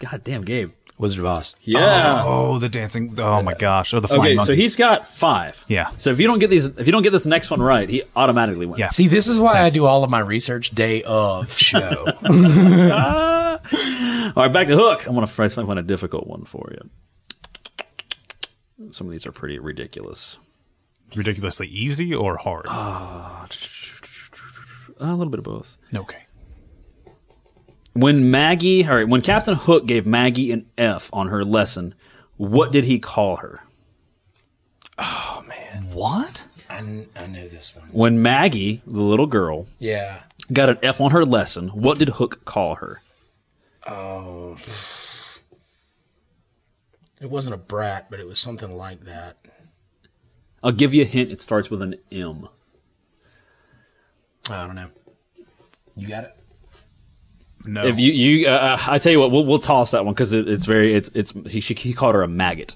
God damn, Gabe. Wizard of Oz. Yeah. Oh, the dancing. Oh my gosh. Oh, the flying okay, so monkeys. he's got five. Yeah. So if you don't get these, if you don't get this next one right, he automatically wins. Yeah. See, this is why I do all of my research day of show. All right, back to Hook. I'm gonna try to find a difficult one for you. Some of these are pretty ridiculous. ridiculously easy or hard. Uh, a little bit of both. okay. When Maggie, all right, when Captain Hook gave Maggie an F on her lesson, what did he call her? What? I, kn- I know this one. When Maggie, the little girl, Yeah. got an F on her lesson, what did Hook call her? Oh. It wasn't a brat, but it was something like that. I'll give you a hint. It starts with an M. I don't know. You got it? No. If you you, uh, I tell you what, we'll, we'll toss that one because it, it's very it's it's he, she, he called her a maggot.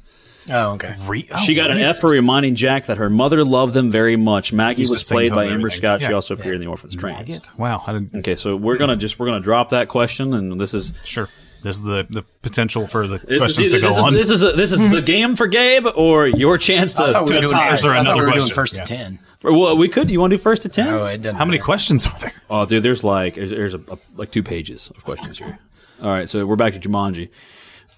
Oh, okay. Re- oh, She got an really? F for reminding Jack that her mother loved them very much. Maggie Used to was sing played to by them and Amber everything. Scott. She Yeah. also appeared in the Orphan's Trains. Wow. I didn't. Okay, so we're gonna just we're gonna drop that question, and this is Sure. This is the, the potential for the This questions is, to go this, on. Is, this is a, this is the game for Gabe or your chance to, I thought we to were doing tie. first, or I thought we another were doing question. first Yeah. to 10. Well, we could. You want to do first to ten? Oh, it doesn't How many matter. questions are there? Oh, dude, there's like there's, there's a, a- like two pages of questions here. All right, so we're back to Jumanji.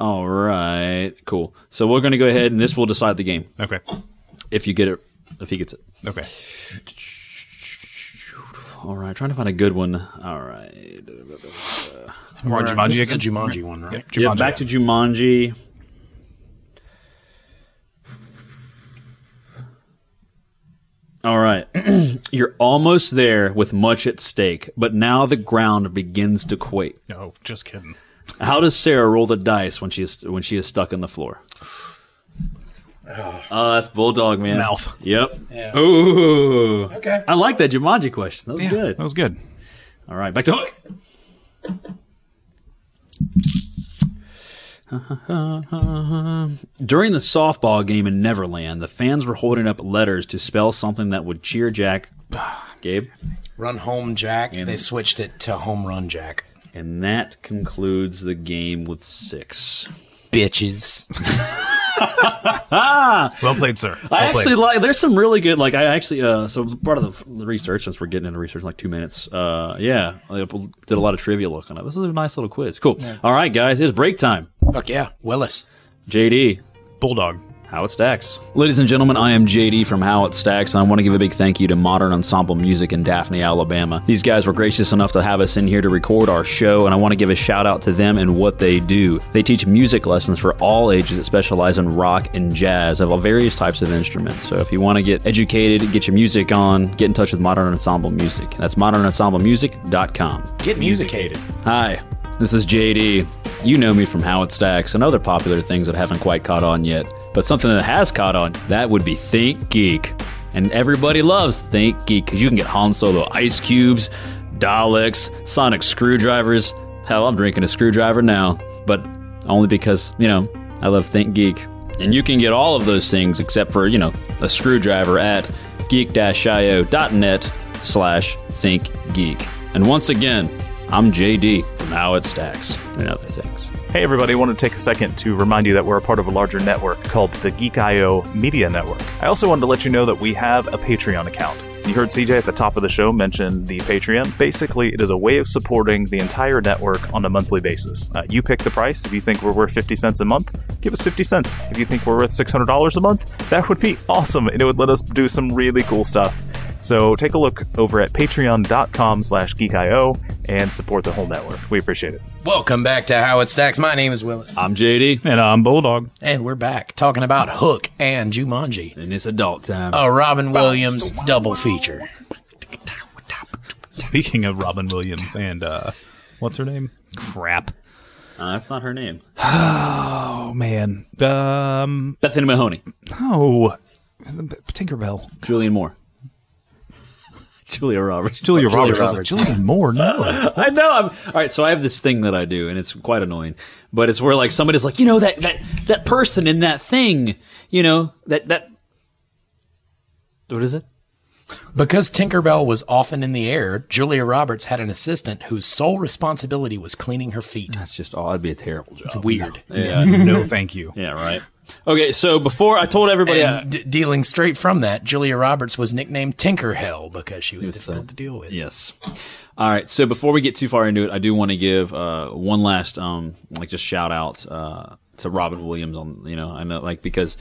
All right, cool. So we're gonna go ahead, and this will decide the game. Okay. If you get it, if he gets it. Okay. All right, trying to find a good one. All right, We're on Right, Jumanji this is a again. Jumanji one, right? Jumanji. yeah, back to Jumanji. All right. You're almost there with much at stake, but now the ground begins to quake. No, just kidding. How does Sarah roll the dice when she is when she is stuck in the floor? Oh, that's bulldog man. Mouth. Yep. Ah. Yeah. Ooh. Okay. I like that Jumanji question. That was Yeah, good. That was good. All right, back to hook. During the softball game in Neverland, the fans were holding up letters to spell something that would cheer Jack, Gabe, Run home, Jack. they switched it to home run, Jack. and that concludes the game with six. Bitches. Well played, sir. Well I actually played. like. There's some really good. Like I actually. Uh, so part of the, the research, since we're getting into research in like two minutes. Uh, yeah, I did a lot of trivia looking at. it. This is a nice little quiz. Cool. All right, guys, it's break time. Fuck yeah. Willis. JD, Bulldog. How It Stacks. Ladies and gentlemen, I am JD from How It Stacks, and I want to give a big thank you to Modern Ensemble Music in Daphne, Alabama. These guys were gracious enough to have us in here to record our show, and I want to give a shout out to them and what they do. They teach music lessons for all ages that specialize in rock and jazz of all various types of instruments. So if you want to get educated, get your music on, get in touch with Modern Ensemble Music. That's modernensemblemusic.com. Get musicated. Hi, this is JD. You know me from How It Stacks and other popular things that haven't quite caught on yet. But something that has caught on, that would be Think Geek. And everybody loves Think Geek because you can get Han Solo ice cubes, Daleks, sonic screwdrivers. Hell, I'm drinking a screwdriver now, but only because, you know, I love Think Geek. And you can get all of those things except for, you know, a screwdriver at geek-io.net slash thinkgeek. And once again, I'm JD from How It Stacks and other things. Hey, everybody, I want to take a second to remind you that we're a part of a larger network called the Geek.io Media Network. I also wanted to let you know that we have a Patreon account. You heard CJ at the top of the show mention the Patreon. Basically, it is a way of supporting the entire network on a monthly basis. Uh, you pick the price. If you think we're worth 50 cents a month, give us 50 cents. If you think we're worth $600 a month, that would be awesome, and it would let us do some really cool stuff. So take a look over at patreon.com slash geekio and support the whole network. We appreciate it. Welcome back to How It Stacks. My name is Willis. I'm JD, And I'm Bulldog. And we're back talking about Hook and Jumanji, and it's adult time. a Robin Williams double feature. Speaking of Robin Williams and uh, what's her name? Crap. Uh, that's not her name. Oh man. Um. Bethany Mahoney, Oh. Tinkerbell. Julian Moore, Julia Roberts. Julia, Roberts. I was Roberts. like, Julia Moore. No. I know. I'm all right. So I have this thing that I do, and it's quite annoying. But it's where like somebody's like, you know, that that that person in that thing, you know, that that. What is it? Because Tinkerbell was often in the air, Julia Roberts had an assistant whose sole responsibility was cleaning her feet. That's just all. That'd be a terrible job. It's weird. no, thank you. Yeah. Right. Okay. So before I told everybody. I- And d- dealing straight from that, Julia Roberts was nicknamed Tinker Hell because she was difficult to deal with. Yes. All right. So before we get too far into it, I do want to give uh, one last, um, like, just shout out uh, to Robin Williams on, you know, I know, like, because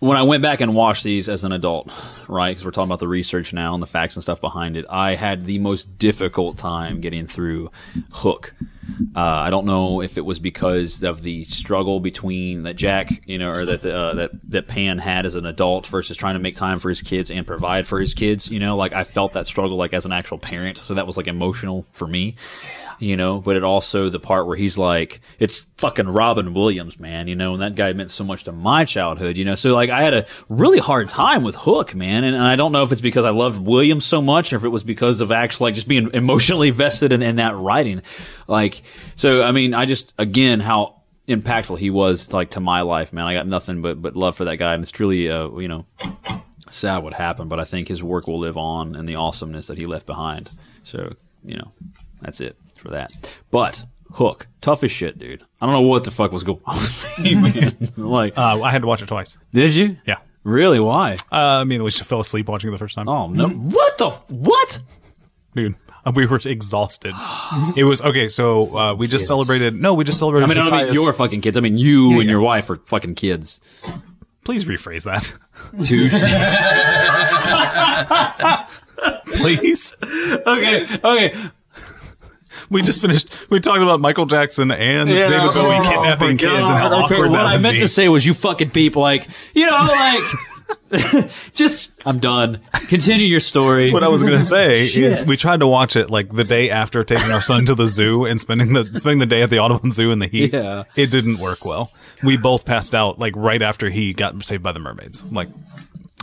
when I went back and watched these as an adult, right, because we're talking about the research now and the facts and stuff behind it, I had the most difficult time getting through Hook. Uh, I don't know if it was because of the struggle between that Jack, you know, or that the, uh, that that Pan had as an adult versus trying to make time for his kids and provide for his kids. You know, like I felt that struggle like as an actual parent, so that was like emotional for me. You know, but it also the part where he's like, it's fucking Robin Williams, man. You know, and that guy meant so much to my childhood. You know, so like I had a really hard time with Hook, man, and, and I don't know if it's because I loved Williams so much, or if it was because of actually like just being emotionally vested in, in that writing. Like, so I mean, I just again how impactful he was like to my life, man. I got nothing but but love for that guy, and it's truly uh, you know sad what happened, but I think his work will live on and the awesomeness that he left behind. So you know, that's it for that. But Hook, tough as shit, dude. I don't know what the fuck was going on, with me, man. Like, Uh, I had to watch it twice. did you? Yeah. Really? Why? Uh, I mean, at least I fell asleep watching it the first time. Oh no! What the what? dude. Uh, We were exhausted. It was okay. So uh, we just celebrated. No, we just celebrated. I mean, I don't mean Josiah's- your fucking kids. I mean, you and your wife are fucking kids. Please rephrase that. Two. Please. okay. Okay. We just finished. We talked about Michael Jackson and David Bowie oh, kidnapping my kids and God. how Okay, awkward What that I would meant be. to say was, you fucking people, like you know, like just I'm done. Continue your story. What I was gonna say is, we tried to watch it like the day after taking our son to the zoo and spending the spending the day at the Audubon Zoo in the heat. Yeah. it didn't work well. We both passed out like right after he got saved by the mermaids. Like,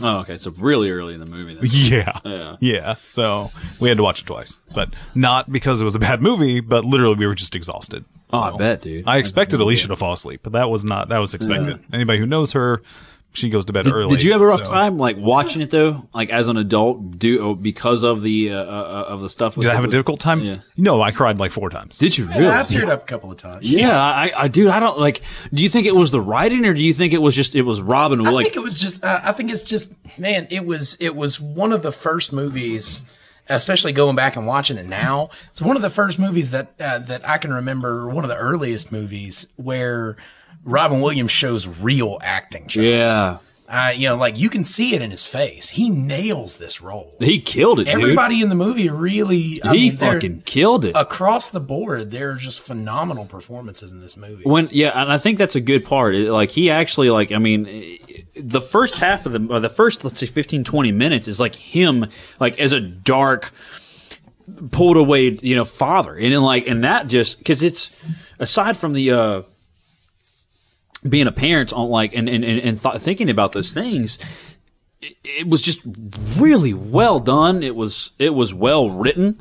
oh, okay. So really early in the movie. Then. yeah, Yeah. So we had to watch it twice, but not because it was a bad movie, but literally we were just exhausted. Oh, I So bet, dude. I expected Alicia to fall asleep, but that was not that was expected. Anybody who knows her, she goes to bed early. Did you have a rough so- time like watching it though? Like as an adult, do oh, because of the uh, uh, uh, of the stuff. With Did I have a difficult time? Yeah. No, I cried like four times. Did you really? I teared up a couple of times. Yeah, I, I, dude, I don't like. Do you think it was the writing, or do you think it was just it was Robin? I like, think it was just. Uh, I think it's just. Man, it was. It was one of the first movies, especially going back and watching it now. It's one of the first movies that uh, that I can remember. One of the earliest movies where Robin Williams shows real acting. chops. yeah, Uh, you know, like you can see it in his face. He nails this role. he killed it, Everybody in the movie really. I dude. He mean, they're- fucking killed it. across the board. There are just phenomenal performances in this movie. when yeah and i think that's a good part It- like he actually like i mean eh, the first half of the or the first let's say 15 20 minutes is like him like as a dark pulled away you know father and then like and that just because it's aside from the uh being a parent on like and and and, and th- thinking about those things it, it was just really well done it was it was well written and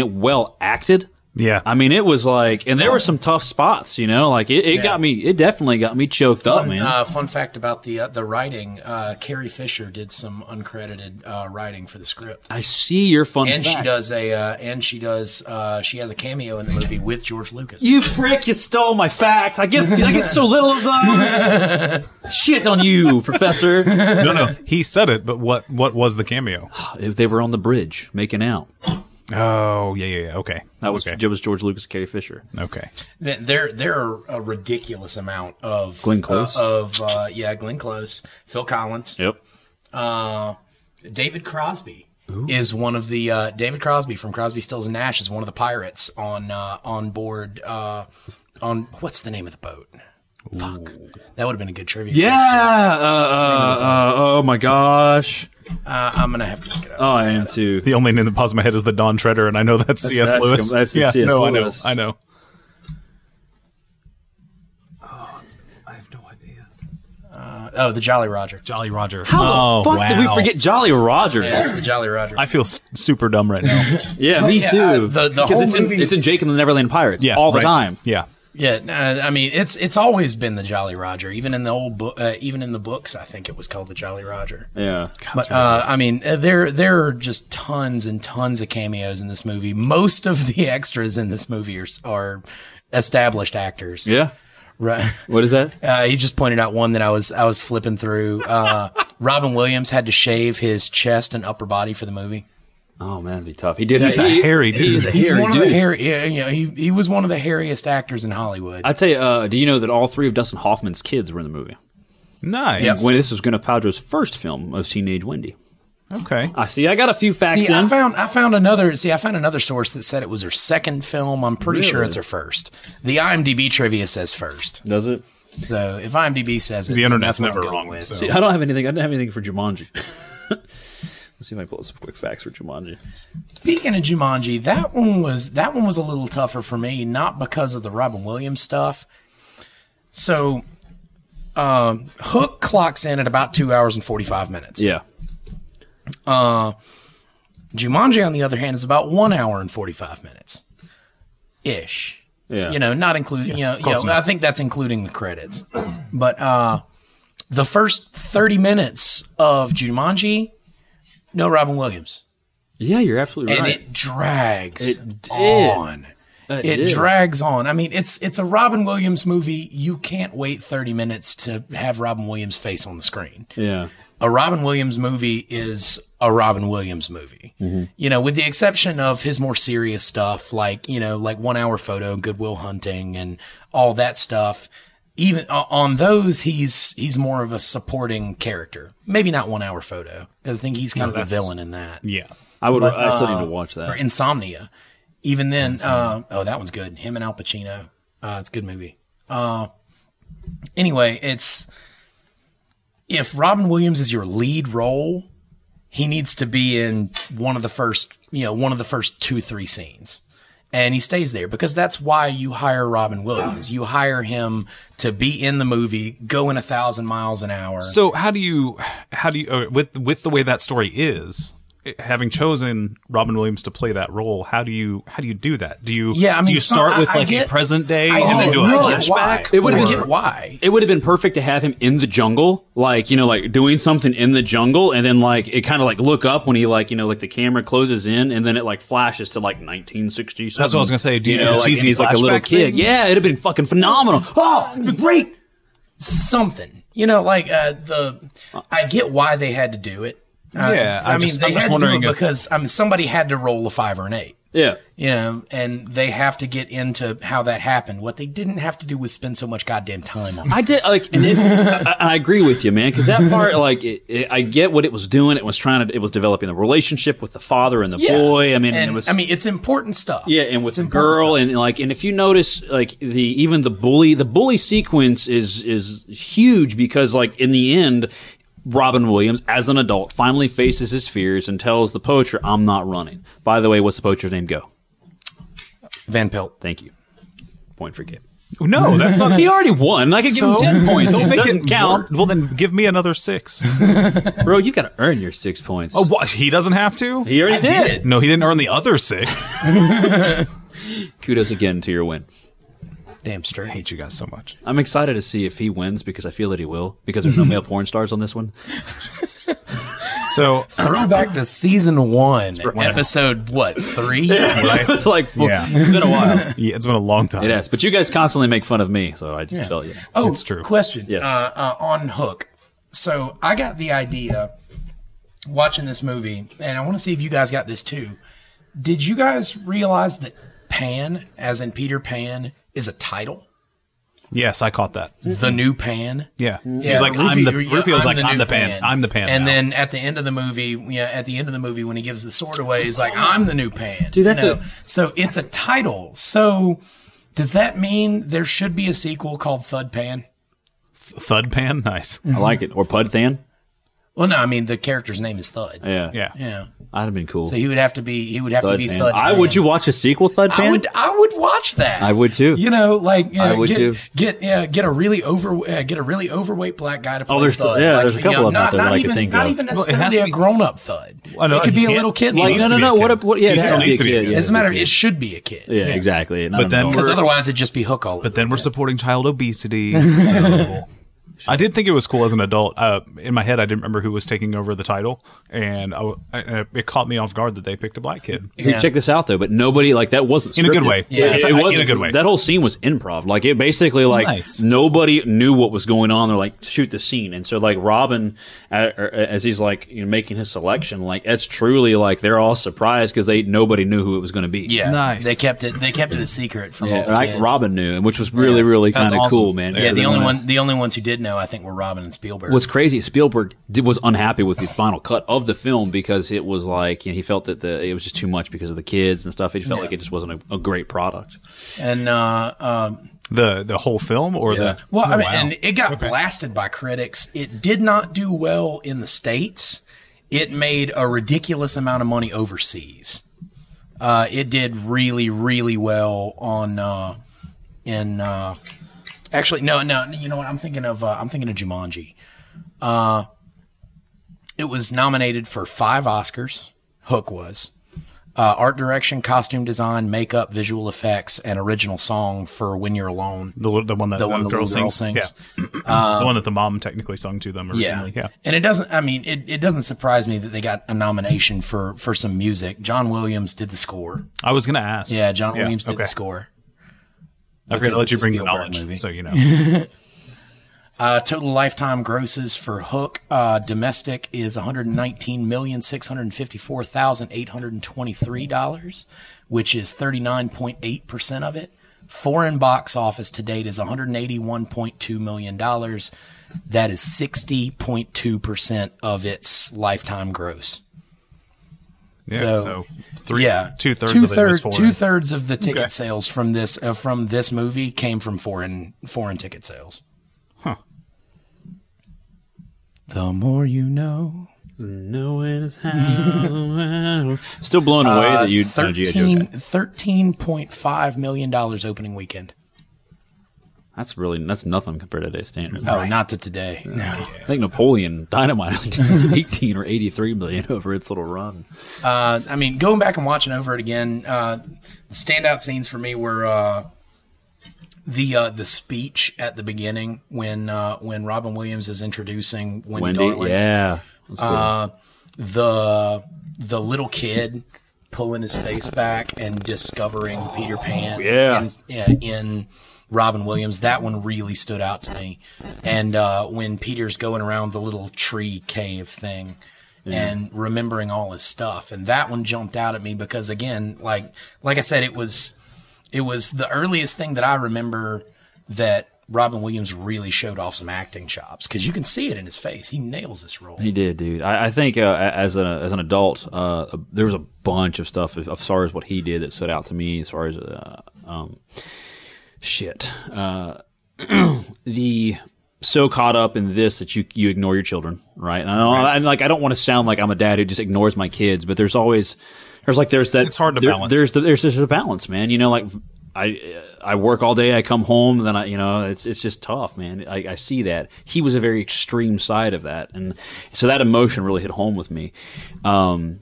it well acted Yeah. I mean, it was like, and there were some tough spots, you know, like it, it got me, it definitely got me choked up, Fun, man. Uh, fun fact about the uh, the writing: uh, Carrie Fisher did some uncredited uh, writing for the script, I see your fun and she fact. does a uh, and she does uh, she has a cameo in the movie with George Lucas. You prick! You stole my fact. I get, I get so little of those. Shit on you, Professor. No, no. He said it, but what what was the cameo? If they were on the bridge making out, Oh, yeah, yeah, yeah. Okay. that was okay. that was George Lucas, Carrie Fisher. Okay. Man, There, there are a ridiculous amount of Glenn Close? uh, of uh, yeah, Glenn Close, Phil Collins, Yep. uh, David Crosby is one of the uh, David Crosby from Crosby, Stills and Nash is one of the pirates on uh, on board uh, on what's the name of the boat? Fuck, that would have been a good trivia. Yeah. Uh, uh, uh, oh my gosh. uh, I'm gonna have to look it up. Oh, I am too. The only name that pops in my head is the Don Treader, and I know that's, C.S. that's- Lewis. that's yeah, C.S. no, Lewis. I know. I know. oh, the Jolly Roger. Jolly Roger. How Oh, the fuck did we wow. forget Jolly Rogers? Yeah, it's the Jolly Roger. I feel s- super dumb right now. Yeah, me yeah, too. uh, the- the because whole it's in, movie- it's in Jake and the Neverland Pirates Yeah, all the right. time. Yeah. yeah, nah, I mean it's it's always been the Jolly Roger. Even in the old book, uh, even in the books, I think it was called the Jolly Roger. Yeah. But uh, I mean, uh, there there are just tons and tons of cameos in this movie. Most of the extras in this movie are, are established actors. Yeah. Right. What is that? Uh, he just pointed out one that I was I was flipping through. Uh, Robin Williams had to shave his chest and upper body for the movie. Oh man, that'd be tough. He did. He's a he- hairy dude. He's a He's hairy one of dude. the hairy. Yeah, you know, he he was one of the hairiest actors in Hollywood. I tell you, uh, do you know that all three of Dustin Hoffman's kids were in the movie? Nice. When this was Gwyneth Paltrow's first film of Teenage Wendy. Okay. I see. I got a few facts See, I in. found I found another. See, I found another source that said it was her second film. I'm pretty sure Really? it's her first. The IMDb trivia says first. Does it? So if IMDb says it, The then internet's that's what I'm never going wrong. with. so- See, I don't have anything. I didn't have anything for Jumanji. Let's see if I can pull up some quick facts for Jumanji. Speaking of Jumanji, that one was that one was a little tougher for me, not because of the Robin Williams stuff. So, um, Hook clocks in at about two hours and forty five minutes. Yeah. Jumanji, on the other hand, is about one hour and forty five minutes, ish. Yeah. you know, not including, you know, close you know I enough. think that's including the credits. But uh, the first 30 minutes of Jumanji, no Robin Williams. Yeah, you're absolutely And right. it drags It did. on. That It did. drags on. I mean, it's it's a Robin Williams movie. You can't wait 30 minutes to have Robin Williams' face on the screen Yeah. a Robin Williams movie is a Robin Williams movie. You know, with the exception of his more serious stuff, like, you know, like One Hour Photo, Goodwill Hunting, and all that stuff. Even o- on those, he's he's more of a supporting character. Maybe not One Hour Photo. 'cause I think he's kind of the villain in that. Yeah. I would. I still need to watch Or that. Insomnia. Even then, uh, oh, that one's good. Him and Al Pacino. Uh, it's a good movie. Uh, anyway, it's if Robin Williams is your lead role, he needs to be in one of the first, you know, one of the first two, three scenes. And he stays there because that's why you hire Robin Williams. You hire him to be in the movie, going a thousand miles an hour. So how do you how do you uh, with with the way that story is it- having chosen Robin Williams to play that role how do you how do you do that do you Yeah, I do mean, you some- start I- with I like get- a present day and I then do a get why. flashback It would or- get why. It would have been perfect to have him in the jungle, like you know, like doing something in the jungle, and then like it kind of like look up when he like you know like the camera closes in, and then it like flashes to like 1960. That's what I was gonna say. Do you do the like, and cheesy he's like a little flashback kid. thing? Yeah, it'd have been fucking phenomenal. Oh, it'd be great. something. You know, like uh, the I get why they had to do it. Uh, Yeah, I I'm mean just- they I'm had just to do wondering it if- because I mean somebody had to roll a five or an eight. Yeah. You know, and they have to get into how that happened. What they didn't have to do was spend so much goddamn time on. it. I did like, and this, I, I agree with you, man, because that part, like, it, it, I get what it was doing. It was trying to, it was developing the relationship with the father and the boy. I mean, and, it was, I mean, it's important stuff. yeah, and with It's the important girl, stuff. and like, and if you notice, like the even the bully, the bully sequence is is huge because, like, in the end. Robin Williams, as an adult, finally faces his fears and tells the poacher, "I'm not running." By the way, what's the poacher's name? Go. Van Pelt. Thank you. Point for Gabe. no that's not He already won. I could give him ten points. Don't It make doesn't it count, more- well, then give me another six. bro. You got to earn your six Oh, points. What? He doesn't have to. He already Oh, I did. no, he didn't earn the other six. Kudos again to your win. Damn straight. hate you guys so much. I'm excited to see if he wins because I feel that he will because there's no male porn stars on this one. So Throwback to season one, episode what three? it's like Yeah. it's been a while. yeah, it's been a long time. It has, but you guys constantly make fun of me, so I just felt you. Oh, It's true. Question. Yes. Uh, uh, on Hook. So I got the idea watching this movie, and I want to see if you guys got this too. Did you guys realize that Pan, as in Peter Pan, is a title? Yes, I caught that. The new Pan. Mm-hmm. Yeah. He was like, I'm the, Rufy- Rufio's like, I'm new the pan. I'm the pan. And now." then at the end of the movie, yeah, at the end of the movie when he gives the sword away, he's like, I'm the new pan. Dude, that's a- so it's a title. So does that mean there should be a sequel called Thud Pan? Thud Pan. Nice. I like it. Or Pud Than. Well, no, I mean the character's name is Thud. Yeah. Yeah. Yeah. I'd have been cool. So he would have to be he would have to Thud be Pan. Thud. I Pan. would you watch a sequel, Thud Pan? I would I would watch that. I would too. You know, like you I know, would get, too. get yeah, get a really over uh, get a really overweight black guy to play Oh, there's- thud. yeah, Like, there's a you couple know, of them out not, there that not I could even, think not of. even Well, it has necessarily to a be- grown up thud. Well, no, it could he be a can't- little kid. he Like, needs no, to no, be a no. kid. What? If, what? Yeah, He it still has to be needs a to be a kid. kid. It has As to a matter, be it should be a kid. Yeah, exactly. Not But an then adult. Because Or- otherwise, it'd just be hook all over. But then we're supporting child obesity. so- I did think it was cool as an adult. Uh, in my head, I didn't remember who was taking over the title, and I w I uh it caught me off guard that they picked a black kid. Hey, check this out though, but nobody like that wasn't In a good scripted. way. Yeah, Yeah. it, In a was good way. That whole scene was improv. Like it basically like Nice. nobody knew what was going on. They're like shoot the scene, and so like Robin, uh, or, uh, as he's like you know, making his selection, like that's truly like they're all surprised because they nobody knew who it was going to be. Yeah, Nice. They kept it. They kept it a secret from all Yeah, the like kids. Robin knew, and which was really really That's kind of awesome. cool, man. Yeah, Yeah, the Because only then- one, the only ones who did know, I think, were Robin and Spielberg. What's crazy is Spielberg did, was unhappy with the final cut of the film because it was like you know, he felt that the it was just too much because of the kids and stuff. He felt like it just wasn't a, a great product. and uh, um, The the whole film or the well, I mean, and it got blasted by critics. It did not do well in the states. It made a ridiculous amount of money overseas. Uh, it did really, really well on uh, in uh, actually no, no. You know what? I'm thinking of. Uh, I'm thinking of Jumanji. Uh, It was nominated for five Oscars. Hook was. Uh, art direction, costume design, makeup, visual effects, and original song for "When You're Alone." the the one that the, one the girl, little girl sings. sings. Um, Yeah. the one that the mom technically sung to them Yeah. originally. Yeah. And it doesn't, I mean, it, it doesn't surprise me that they got a nomination for, for some music. John Williams did the score. I was gonna ask. Yeah. John Williams did okay. the score. I forgot because to let you it's a bring the Spielberg knowledge, movie. so you know. Uh, total lifetime grosses for Hook, uh, domestic is $119,654,823, which is 39.8% of it. Foreign box office to date is $181.2 million. That is 60.2% of its lifetime gross. Yeah, So- so, three, yeah, two thirds of it was Two-third- foreign. two-thirds of the ticket Okay. sales from this uh, from this movie came from foreign foreign ticket sales. Huh. The more you know. Knowing is Uh, how. Still blown away Uh, that you no, G.I. Joe guy. 13, $13.5 million dollars opening weekend. That's really that's nothing compared to today's standard. Oh, not to today. No. I think Napoleon Dynamite was eighteen or eighty three million over its little run. Uh, I mean, going back and watching over it again, uh, the standout scenes for me were uh, the uh, the speech at the beginning when uh, when Robin Williams is introducing Wendy, Wendy, Darling. yeah, that's cool. the the little kid pulling his face back and discovering Peter Pan Yeah. in, yeah, in Robin Williams. That one really stood out to me. And uh, when Peter's going around the little tree cave thing and remembering all his stuff, and that one jumped out at me because again, like like I said, it was it was the earliest thing that I remember that Robin Williams really showed off some acting chops because you can see it in his face. He nails this role. He did, dude. I, I think uh, a- as an as an adult, uh, there was a bunch of stuff as, as far as what he did that stood out to me. As far as uh, um, shit, uh, the so caught up in this that you you ignore your children, right? And, I don't, and like I don't want to sound like I'm a dad who just ignores my kids, but there's always there's like there's that It's hard to there- balance. There's the, there's just a balance, man. You know, like I I work all day, I come home, then I you know it's it's just tough, man. I, I see that he was a very extreme side of that, and so that emotion really hit home with me. Um,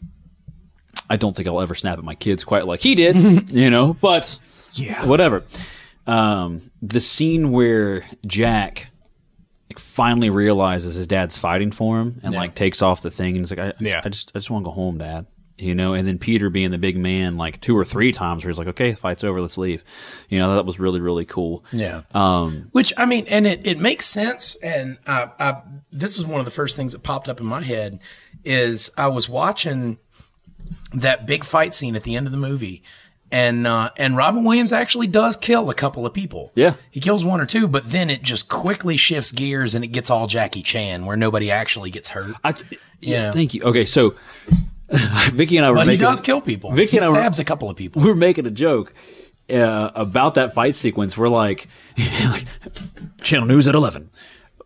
I don't think I'll ever snap at my kids quite like he did, you know, but yeah, whatever. Um, the scene where Jack like, finally realizes his dad's fighting for him and like takes off the thing and he's like, I, I just- Yeah. I just, I just want to go home, dad. You know, and then Peter being the big man, like two or three times, where he's like, "Okay, fight's over, let's leave." You know, that was really, really cool. Yeah. Um, Which I mean, and it, it makes sense. And I, I, this was one of the first things that popped up in my head is I was watching that big fight scene at the end of the movie, and uh, and Robin Williams actually does kill a couple of people. Yeah. he kills one or two, but then it just quickly shifts gears and it gets all Jackie Chan, where nobody actually gets hurt. I t- Yeah. yeah, thank you. Okay, so Vicky and I were but he making does kill people. Vicky he and I were- stabs a couple of people. we were making a joke uh, about that fight sequence. We're like, like, channel news at 11.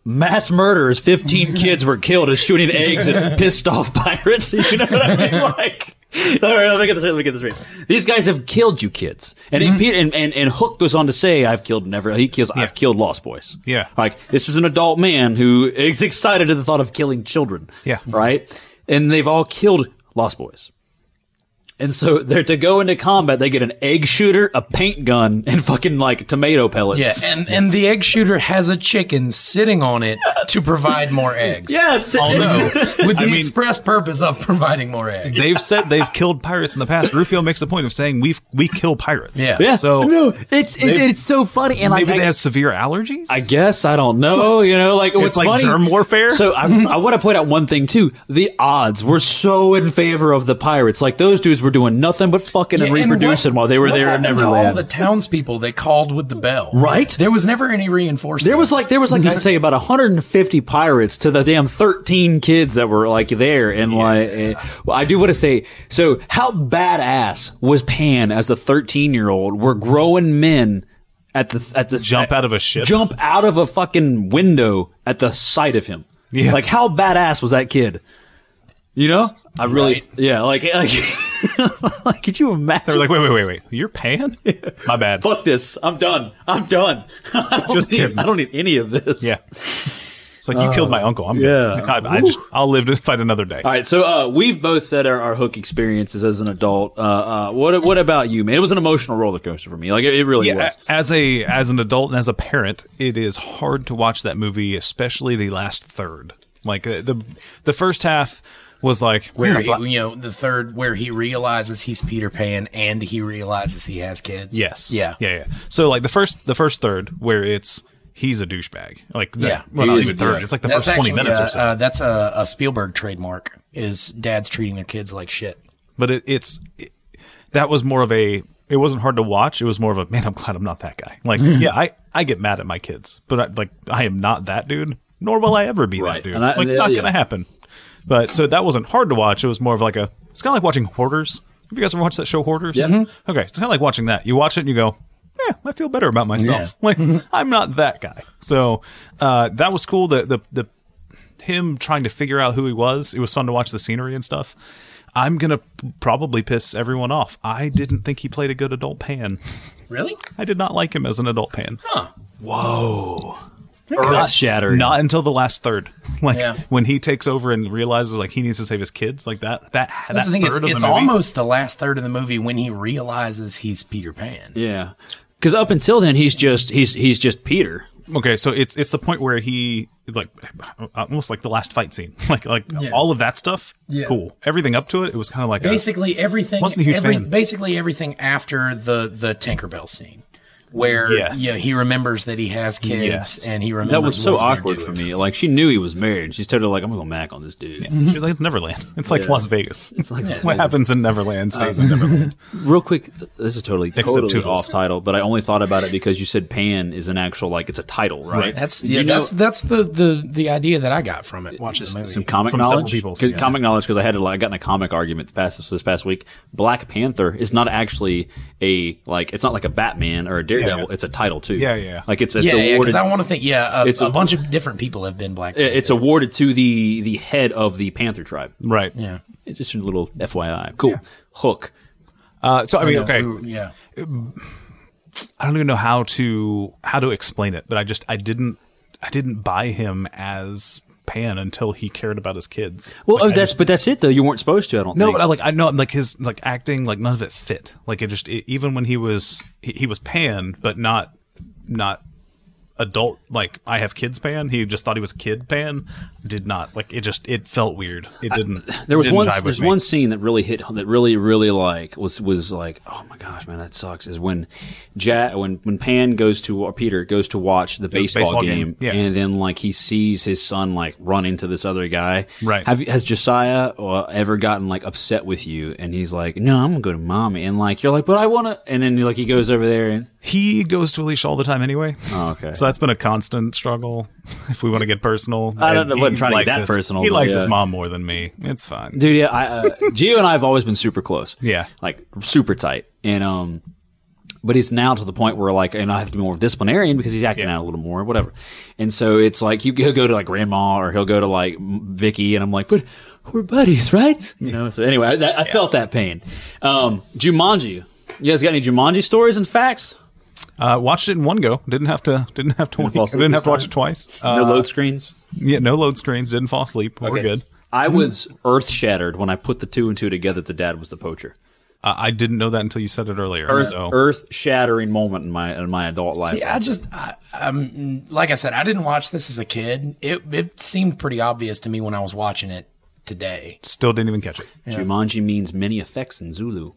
Mass murderers, 15 kids were killed as shooting eggs at pissed off pirates. You know what I mean? Like, all right, let me get this right. Let me get this right. These guys have killed you kids. And, Mm-hmm. Pete- and, and, and Hook goes on to say, I've killed never, he kills, I've killed Lost Boys. Yeah. Like, this is an adult man who is excited at the thought of killing children. Yeah. Right? And they've all killed Lost Boys. And so they're to go into combat, they get an egg shooter, a paint gun, and fucking like tomato pellets. Yeah, and and the egg shooter has a chicken sitting on it to provide more eggs. Yes. although with the Oh, I mean- express purpose of providing more eggs. They've said they've killed pirates in the past. Rufio makes the point of saying we we kill pirates. Yeah. yeah. So no, it's it, They- it's so funny, and maybe like, they I, have severe allergies. I guess I don't know. You know, like what's like funny- germ warfare. So I, I want to point out one thing too: the odds were so in favor of the pirates. Like those dudes were doing nothing but fucking and Yeah, and reproducing what- while they were what there in happened to All Neverland. the townspeople they called with the bell. Right? There was never any reinforcement. There was like there was like I'd say about 150 pirates to the damn 13 kids that were like there and like eh, well, I do want to say so how badass was Pan as a 13 year old where grown men at the at the Jump out of a ship. jump out of a fucking window at the sight of him Yeah. like how badass was that kid you know I really Right. yeah like like, like could you imagine They're like, wait, wait, wait, wait. You're pan? My bad. fuck this I'm done I'm done I don't Just need- kidding. I don't need any of this Yeah. It's like you killed my uncle. I'm yeah. God, I just I'll live to fight another day. All right, so uh, we've both said our, our hook experiences as an adult. Uh, uh, what what about you, man? It was an emotional roller coaster for me. Like it, it really yeah, was. a- as a as an adult and as a parent, it is hard to watch that movie, especially the last third. Like uh, the the first half was like where man, Bla- he, you know the third where he realizes he's Peter Pan and he realizes he has kids. Yes. Yeah. Yeah. Yeah. So like the first the first third where it's he's a douchebag. Like the, Yeah. well, He not is even a third. It's like the That's first twenty actually, minutes uh, or so. Uh, that's a, a Spielberg trademark. Is dads treating their kids like shit? but it, it's it, that was more of a it wasn't hard to watch it was more of a man i'm glad i'm not that guy like yeah i i get mad at my kids but I, like i am not that dude nor will i ever be Right. that dude And I- like and, uh, not yeah. gonna happen but so that wasn't hard to watch it was more of like a it's kind of like watching hoarders have you guys ever watched that show hoarders yeah okay it's kind of like watching that you watch it and you go yeah, I feel better about myself. Like I'm not that guy. So uh, that was cool. The, the the him trying to figure out who he was. It was fun to watch the scenery and stuff. I'm gonna p- probably piss everyone off. I didn't think he played a good adult Pan. Really? I did not like him as an adult Pan. Earth shattering. Not until the last third, like Yeah. when he takes over and realizes like he needs to save his kids. Like that. That That's that the thing. It's, third of it's the movie- almost the last third of the movie when he realizes he's Peter Pan. yeah, because up until then he's just he's he's just Peter. okay. So it's it's the point where he like almost like the last fight scene. Like like all of that stuff. Yeah. Cool. Everything up to it, it was kind of like a- basically everything Wasn't a huge every- fan. basically everything after the the tinkerbell scene where Yes. you know, he remembers that he has kids Yes. and he remembers That was so what he's gonna awkward do. for me. Like she knew he was married. She's totally like, I'm gonna go mac on this dude. She was like, it's Neverland. It's like Las Vegas. It's like Las what Vegas. happens in Neverland stays Uh, in Neverland. Real quick, this is totally totally Toodles. off title, but I only thought about it because you said Pan is an actual like it's a title, right? that's You yeah, know- that's that's the, the the idea that I got from it watching Just the movie. some comic From several knowledge. people, 'Cause- yes. Comic knowledge because I had a, I got in a comic argument this past this past week. Black Panther is not actually a like it's not like a Batman or a Daredevil. It's a title too. Yeah, yeah. Like it's it's yeah, yeah, awarded. because I want to think. Yeah, a, It's a, a- bunch of different people have been black. it- it's awarded to the the head of the Panther tribe. Right. yeah, It's just a little FYI. Cool. Hook. Uh, so I mean, okay, We were- yeah. I don't even know how to how to explain it, but I just I didn't I didn't buy him as Pan until he cared about his kids. Well, Like, oh, I that's just- but that's it though. You weren't supposed to. I don't. no, think. but I like I know I'm like his like acting like none of it fit. Like it just it, even when he was he, he was Pan, but not not adult like I have kids Pan. He just thought he was kid Pan. Did not like it. Just it felt weird. It didn't. there was didn't one. jive with There's me. one scene that really hit. That really, really like was was like, oh my gosh, man, that sucks. Is when, ja- when when Pan goes to or Peter goes to watch the baseball, baseball game, game, yeah. and then like he sees his son like run into this other guy. Right. Have has Josiah uh, ever gotten like upset with you? And he's like, no, I'm gonna go to mommy. And like you're like, but I want to. And then like he goes over there and He goes to Alicia all the time anyway. oh, okay. So that's been a constant struggle. If we want to get personal, I don't know, And wasn't he trying to get likes that his- personal, He but likes yeah. his mom more than me. It's fine. dude yeah I, uh, geo and i have always been super close Yeah. like super tight and um but he's now to the point where like and i have to be more disciplinarian because he's acting out a little more whatever and so it's like he- he'll go to like grandma or he'll go to like M- vicky and i'm like but we're buddies right you know so anyway i, that, I felt that pain um jumanji you guys got any jumanji stories and facts Uh, watched it in one go. Didn't have to. Didn't have to. fall Didn't, asleep have this to watch time? it twice. Uh, no load screens yeah, no load screens. Didn't fall asleep. We're good. i was earth shattered when i put the two and two together that the dad was the poacher Uh, I didn't know that until you said it earlier. earth, so earth shattering moment in my in my adult life See, I just, I, I'm like I said, I didn't watch this as a kid. It it seemed pretty obvious to me when I was watching it today. still didn't even catch it. Jumanji means many effects in Zulu.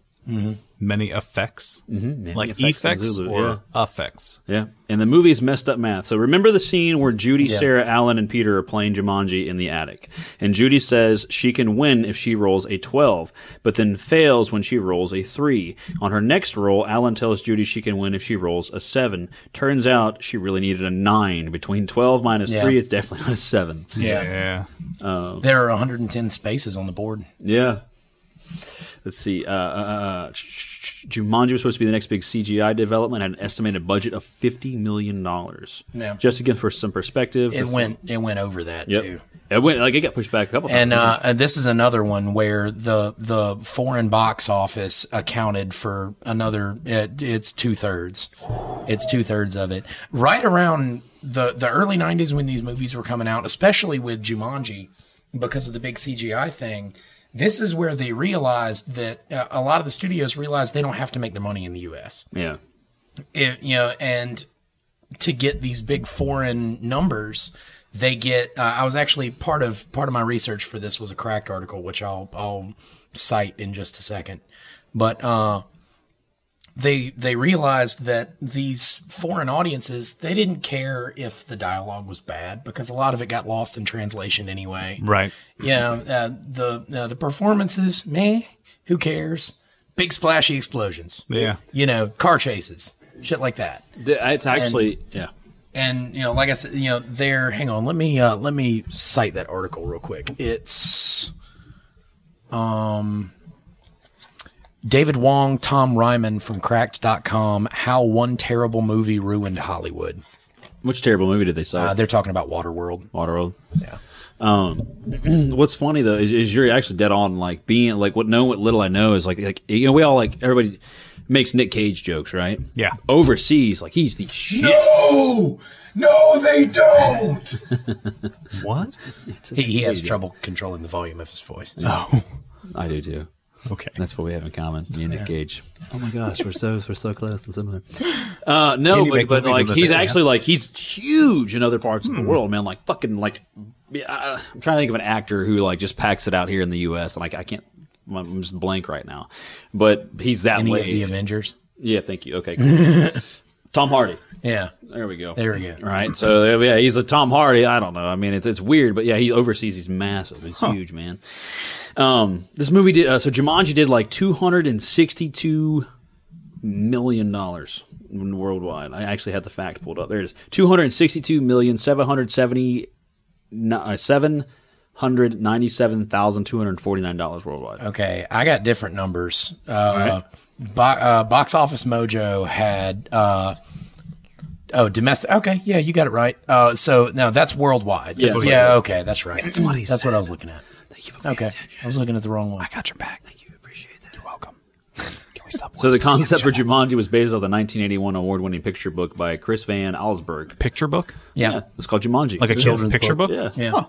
Many effects, mm-hmm, like effects in effects Zulu, or effects. Yeah. And the movie's messed up math. So remember the scene where Judy, Sarah, Allen, and Peter are playing Jumanji in the attic. And Judy says she can win if she rolls a 12, but then fails when she rolls a 3. On her next roll, Allen tells Judy she can win if she rolls a 7. Turns out she really needed a 9. Between 12 minus Yeah. 3, it's definitely not a 7. Yeah. Yeah, There are 110 spaces on the board. Yeah. Let's see. Uh, uh, uh, Jumanji was supposed to be the next big CGI development. Had an estimated budget of fifty million dollars. Yeah. Just to give for some perspective, It the- went it went over that Yep. too. It went like it got pushed back a couple. And times. uh, and this is another one where the the foreign box office accounted for another. It, it's two thirds. It's two thirds of it. Right around the the early '90s when these movies were coming out, especially with Jumanji, because of the big CGI thing. This is where they realized that uh, a lot of the studios realized they don't have to make their money in the U.S. yeah. It, you know, and to get these big foreign numbers they get uh, i was actually part of part of my research for this was a cracked article which i'll i'll cite in just a second but uh they they realized that these foreign audiences they didn't care if the dialogue was bad because a lot of it got lost in translation anyway right. yeah, uh, the uh, the performances, meh, who cares? Big splashy explosions. Yeah. You know, car chases, shit like that. The- uh, It's actually yeah. And you know, like I said, you know, there. Hang on, let me uh, let me cite that article real quick. It's um. David Wong, Tom Ryman from cracked.com, How One Terrible Movie Ruined Hollywood. Which terrible movie did they Uh, sell? they're talking about Waterworld. Waterworld. Yeah. Um, what's funny though is, is you're actually dead on. Like being like what know what little I know is like like you know we all like everybody makes Nick Cage jokes right? Yeah. Overseas, like he's the shit. No! No, they don't! What? He, he has trouble controlling the volume of his voice. I do too. Oh, Okay. That's what we have in common, me and Nick Cage. Oh my gosh, we're so we're so close and similar. Uh, no, Can you but, make but movies like of this he's area? actually like he's huge in other parts Hmm. of the world, man. Like fucking like yeah, uh, I'm trying to think of an actor who like just packs it out here in the U.S. and like I can't. I'm just blank right now, but he's that Any of way. the Avengers? Yeah, thank you. Okay, cool. Tom Hardy. Yeah. There we go. There we go. Right. So yeah, he's a Tom Hardy. I don't know. I mean, it's it's weird, but yeah, he overseas. He's massive. He's huge, man. Um, this movie did uh, so. Jumanji did like two hundred and sixty-two million dollars worldwide. I actually had the fact pulled up. There it is. Two hundred sixty-two million seven hundred seventy seven hundred ninety-seven thousand two hundred forty-nine dollars worldwide. Okay, I got different numbers. Uh, bo- uh, Box Office Mojo had. Uh, oh, domestic. Okay, yeah, you got it right. Uh, so now that's worldwide. Yeah, what he yeah okay, that's right. That's what, I was looking at. Okay, I was looking at the wrong one. Got your back. Thank you. Appreciate that. You're welcome. Can we stop? So the concept for Jumanji was based off the 1981 award-winning picture book by Chris Van Allsburg. picture book? Yeah. it's called Jumanji. Like a kid's Children's picture book? Yeah. Yeah. Huh.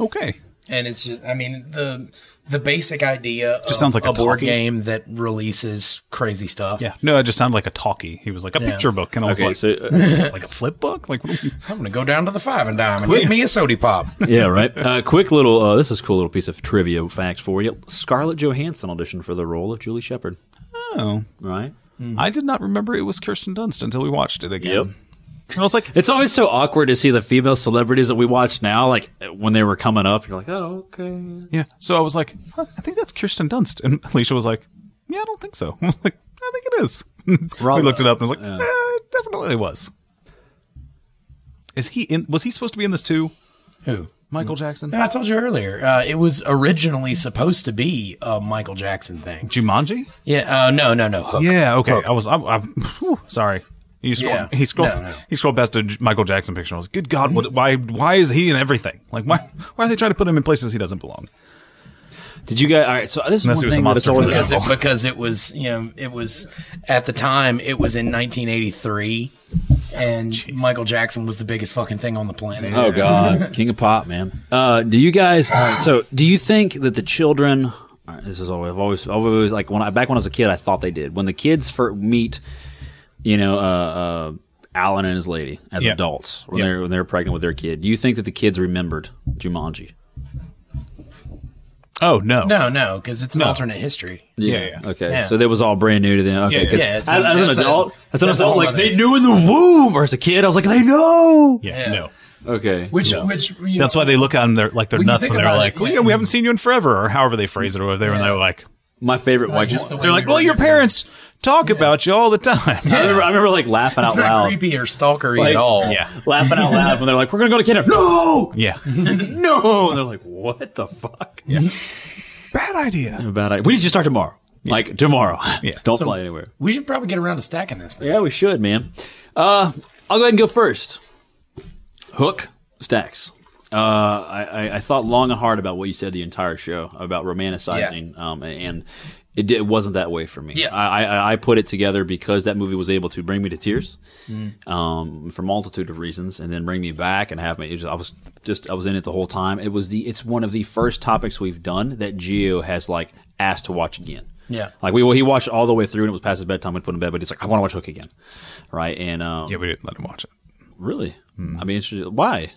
Okay. and it's just I mean the the basic idea just sounds like a, a board talkie. game that releases crazy stuff. Yeah. No, it just sounded like a talkie. He was like a picture book, and I was Okay, like, so uh, like a flip book. Like, what do we- I'm gonna go down to the five and dime and get me a sody pop. yeah, right. Uh, quick little. Uh, this is a cool little piece of trivia facts for you. Scarlett Johansson auditioned for the role of Julie Shepard. oh, Right. I did not remember it was Kirsten Dunst until we watched it again. Yep. And I was like, It's always so awkward to see the female celebrities that we watch now, like when they were coming up. You're like, oh, okay. yeah. So I was like, huh, I think that's Kirsten Dunst, and Alicia was like, Yeah, I don't think so. I was like, I think it is. we looked it up, and I was like, eh, it definitely was. Is he in? Was he supposed to be in this too? Who? Michael Jackson, I told you earlier. Uh, it was originally supposed to be a Michael Jackson thing. Jumanji. Yeah. Uh, no. No. No. Hook. Yeah. Okay. I was. I'm. I'm whew, sorry. You scroll, Yeah. He scrolled. No, no. He scrolled past a J- Michael Jackson picture. and I was, good God, what, why? Why is he in everything? Like, why? Why are they trying to put him in places he doesn't belong? Did you guys? All right. So this is Unless one it was a thing monster that's always movie. Because it, because it was you know it was at the time it was in 1983 and Michael Jackson was the biggest fucking thing on the planet. Oh God, King of Pop, man. Uh, do you guys? all right, so, do you think that the children? all right, this is always, I've always, I've always like when I back when I was a kid, I thought they did. When the kids for meet, you know, uh, uh, Alan and his lady as Yeah. adults when Yeah. they're when they're pregnant with their kid. Do you think that the kids remembered Jumanji? Oh no. No, no, because it's an alternate history. Yeah. yeah. Okay, Yeah. so that was all brand new to them. Okay, Yeah, 'cause yeah, it's as, a- as an that's a- adult, as an that's a adult, whole like other- they knew in the womb, or as a kid, I was like, they know. Yeah, Yeah. No. Okay, Which which you That's why they look at him they're, like they're When you nuts think when they're about it, like, well, yeah. you know, we haven't seen you in forever, or however they phrase it, or whatever. And they're like, my favorite white. just the way they're like, we well, your remember it. parents talk about you all the time. I remember, I remember like laughing It's out not loud. creepy or stalkery Like- at all. Yeah. laughing out loud when they're like, "We're gonna go to Canada." No, Yeah. no, and they're like, "What the fuck?" Bad idea. About it. We need to start tomorrow. Like tomorrow. Yeah. Don't fly anywhere. We should probably get around to stacking this thing. Yeah, we should, man. Uh, I'll go ahead and go first. Hook stacks. Uh, I, I, I thought long and hard about what you said the entire show about romanticizing, um, and it, did, it wasn't that way for me. Yeah. I, I, I put it together because that movie was able to bring me to tears, um, for multitude of reasons, and then bring me back and have me. It was, I was just I was in it the whole time. It was the it's one of the first topics we've done that Geo has like asked to watch again. Yeah. like we well, he watched all the way through and it was past his bedtime. We put him in bed, but he's like, I want to watch Hook again, right? And um, Yeah, we didn't let him watch it. really, Hmm. I mean, it's just- why?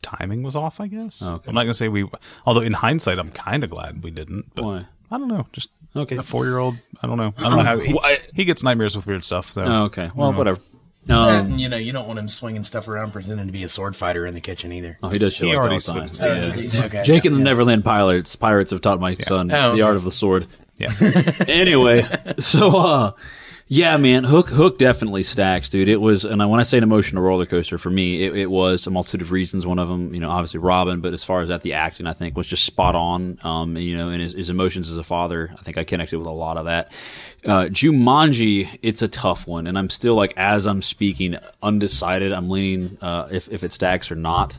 Timing was off, I guess. I'm not gonna say we. Although in hindsight, I'm kind of glad we didn't. But Why? I don't know. Just Okay. a four year old. I don't know. I don't know how he, Well, I- he gets nightmares with weird stuff. So Oh, okay, well, whatever. Um, And, you know, you don't want him swinging stuff around pretending to be a sword fighter in the kitchen either. Oh, he does shit He like already all the time. spits Uh, Yeah. is he- okay. Jake and the Neverland Pirates pirates have taught my son Oh, the okay. art of the sword. yeah, anyway, so uh yeah, man, Hook Hook definitely stacks, dude. It was, and I- when I say an emotional roller coaster for me, it, it was a multitude of reasons. One of them, you know, obviously Robin, but as far as that, the acting I think was just spot on. Um, you know, and his, his emotions as a father, I think I connected with a lot of that. Uh, Jumanji, it's a tough one, and I'm still like as I'm speaking, undecided. I'm leaning uh, if if it stacks or not.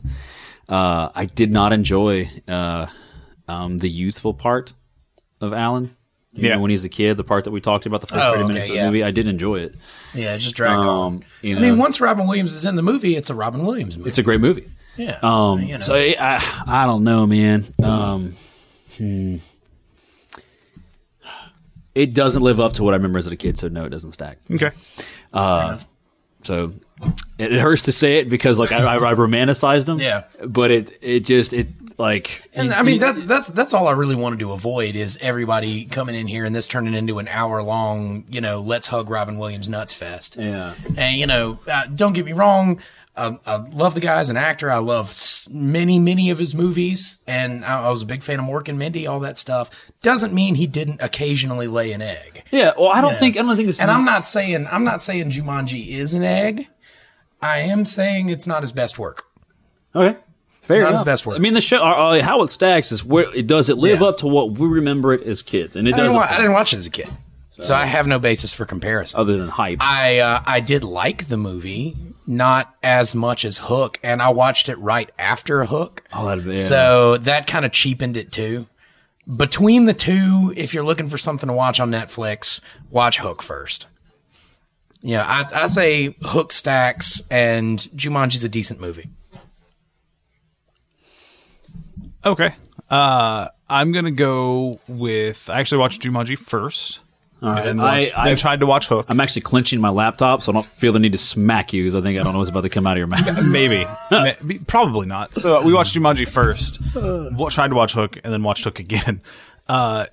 Uh, I did not enjoy uh, um, the youthful part of Alan. You Yeah. know, when he's a kid, the part that we talked about the first 30 Oh, okay, minutes of the yeah. movie, I did enjoy it. Yeah, just drag on. Um, you I know, mean, once Robin Williams is in the movie, it's a Robin Williams movie. it's a great movie. yeah. Um, you know. So I, I, I don't know, man. Um, hmm. It doesn't live up to what I remember as a kid, so no, it doesn't stack. okay. So it, it hurts to say it because like I, I, I romanticized him. Yeah. but it it just it like and I mean, that's that's that's all I really wanted to avoid is everybody coming in here and this turning into an hour long, you know, let's hug Robin Williams nuts fest. yeah. And you know, uh, don't get me wrong. I, I love the guy as an actor. I love s- many, many of his movies, and I, I was a big fan of Mork and Mindy. All that stuff doesn't mean he didn't occasionally lay an egg. Yeah, well, I don't think I don't think this. And I'm not saying I'm not saying Jumanji is an egg. I am saying it's not his best work. Okay. Fair Not enough. his best work. I mean, the show, uh, uh, how it stacks is where it does it live Yeah. up to what we remember it as kids, and it I didn't, doesn't. wa- I didn't watch it as a kid, so I have no basis for comparison. other than hype. I uh, I did like the movie, not as much as Hook, and I watched it right after Hook. Oh, that'd be- So that kind of cheapened it too. Between the two, if you're looking for something to watch on Netflix, watch Hook first. Yeah, I, I say Hook stacks, and Jumanji's a decent movie. Okay. Uh, I'm gonna go with. I actually watched Jumanji first. and I- watched, I- then tried to watch Hook. I'm actually clenching my laptop, so I don't feel the need to smack you because I think I don't know what's about to come out of your mouth. Maybe, Maybe. probably not. So we watched Jumanji first. wa- tried to watch Hook and then watched Hook again. Uh,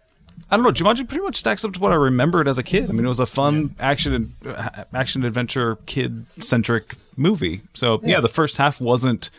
I don't know. Jumanji pretty much stacks up to what I remembered as a kid. I mean, it was a fun action uh, action adventure kid centric movie. So yeah, the first half wasn't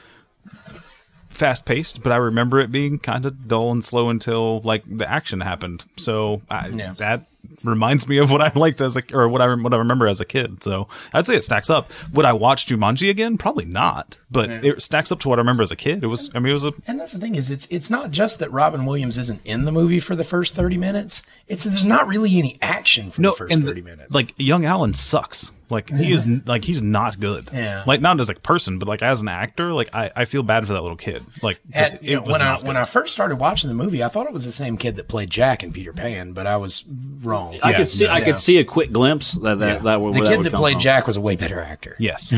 fast paced, but I remember it being kind of dull and slow until like the action happened. So I, Yeah. that reminds me of what I liked as a or what I rem- what I remember as a kid. So I'd say it stacks up. Would I watch Jumanji again? Probably not, but it stacks up to what I remember as a kid. It was I mean it was a And that's the thing is it's it's not just that Robin Williams isn't in the movie for the first 30 minutes. It's there's not really any action for the first and 30 the- minutes. Like young Alan sucks. Like he is like he's not good. Yeah. Like not as a person, but like as an actor, like I, I feel bad for that little kid. Like 'cause At- it you know, was when I not when good. I first started watching the movie, I thought it was the same kid that played Jack in Peter Pan, but I was wrong. I could see, I Yeah. could see a quick glimpse that that, that where, the where that kid would that come played from. Jack was a way better actor. yes.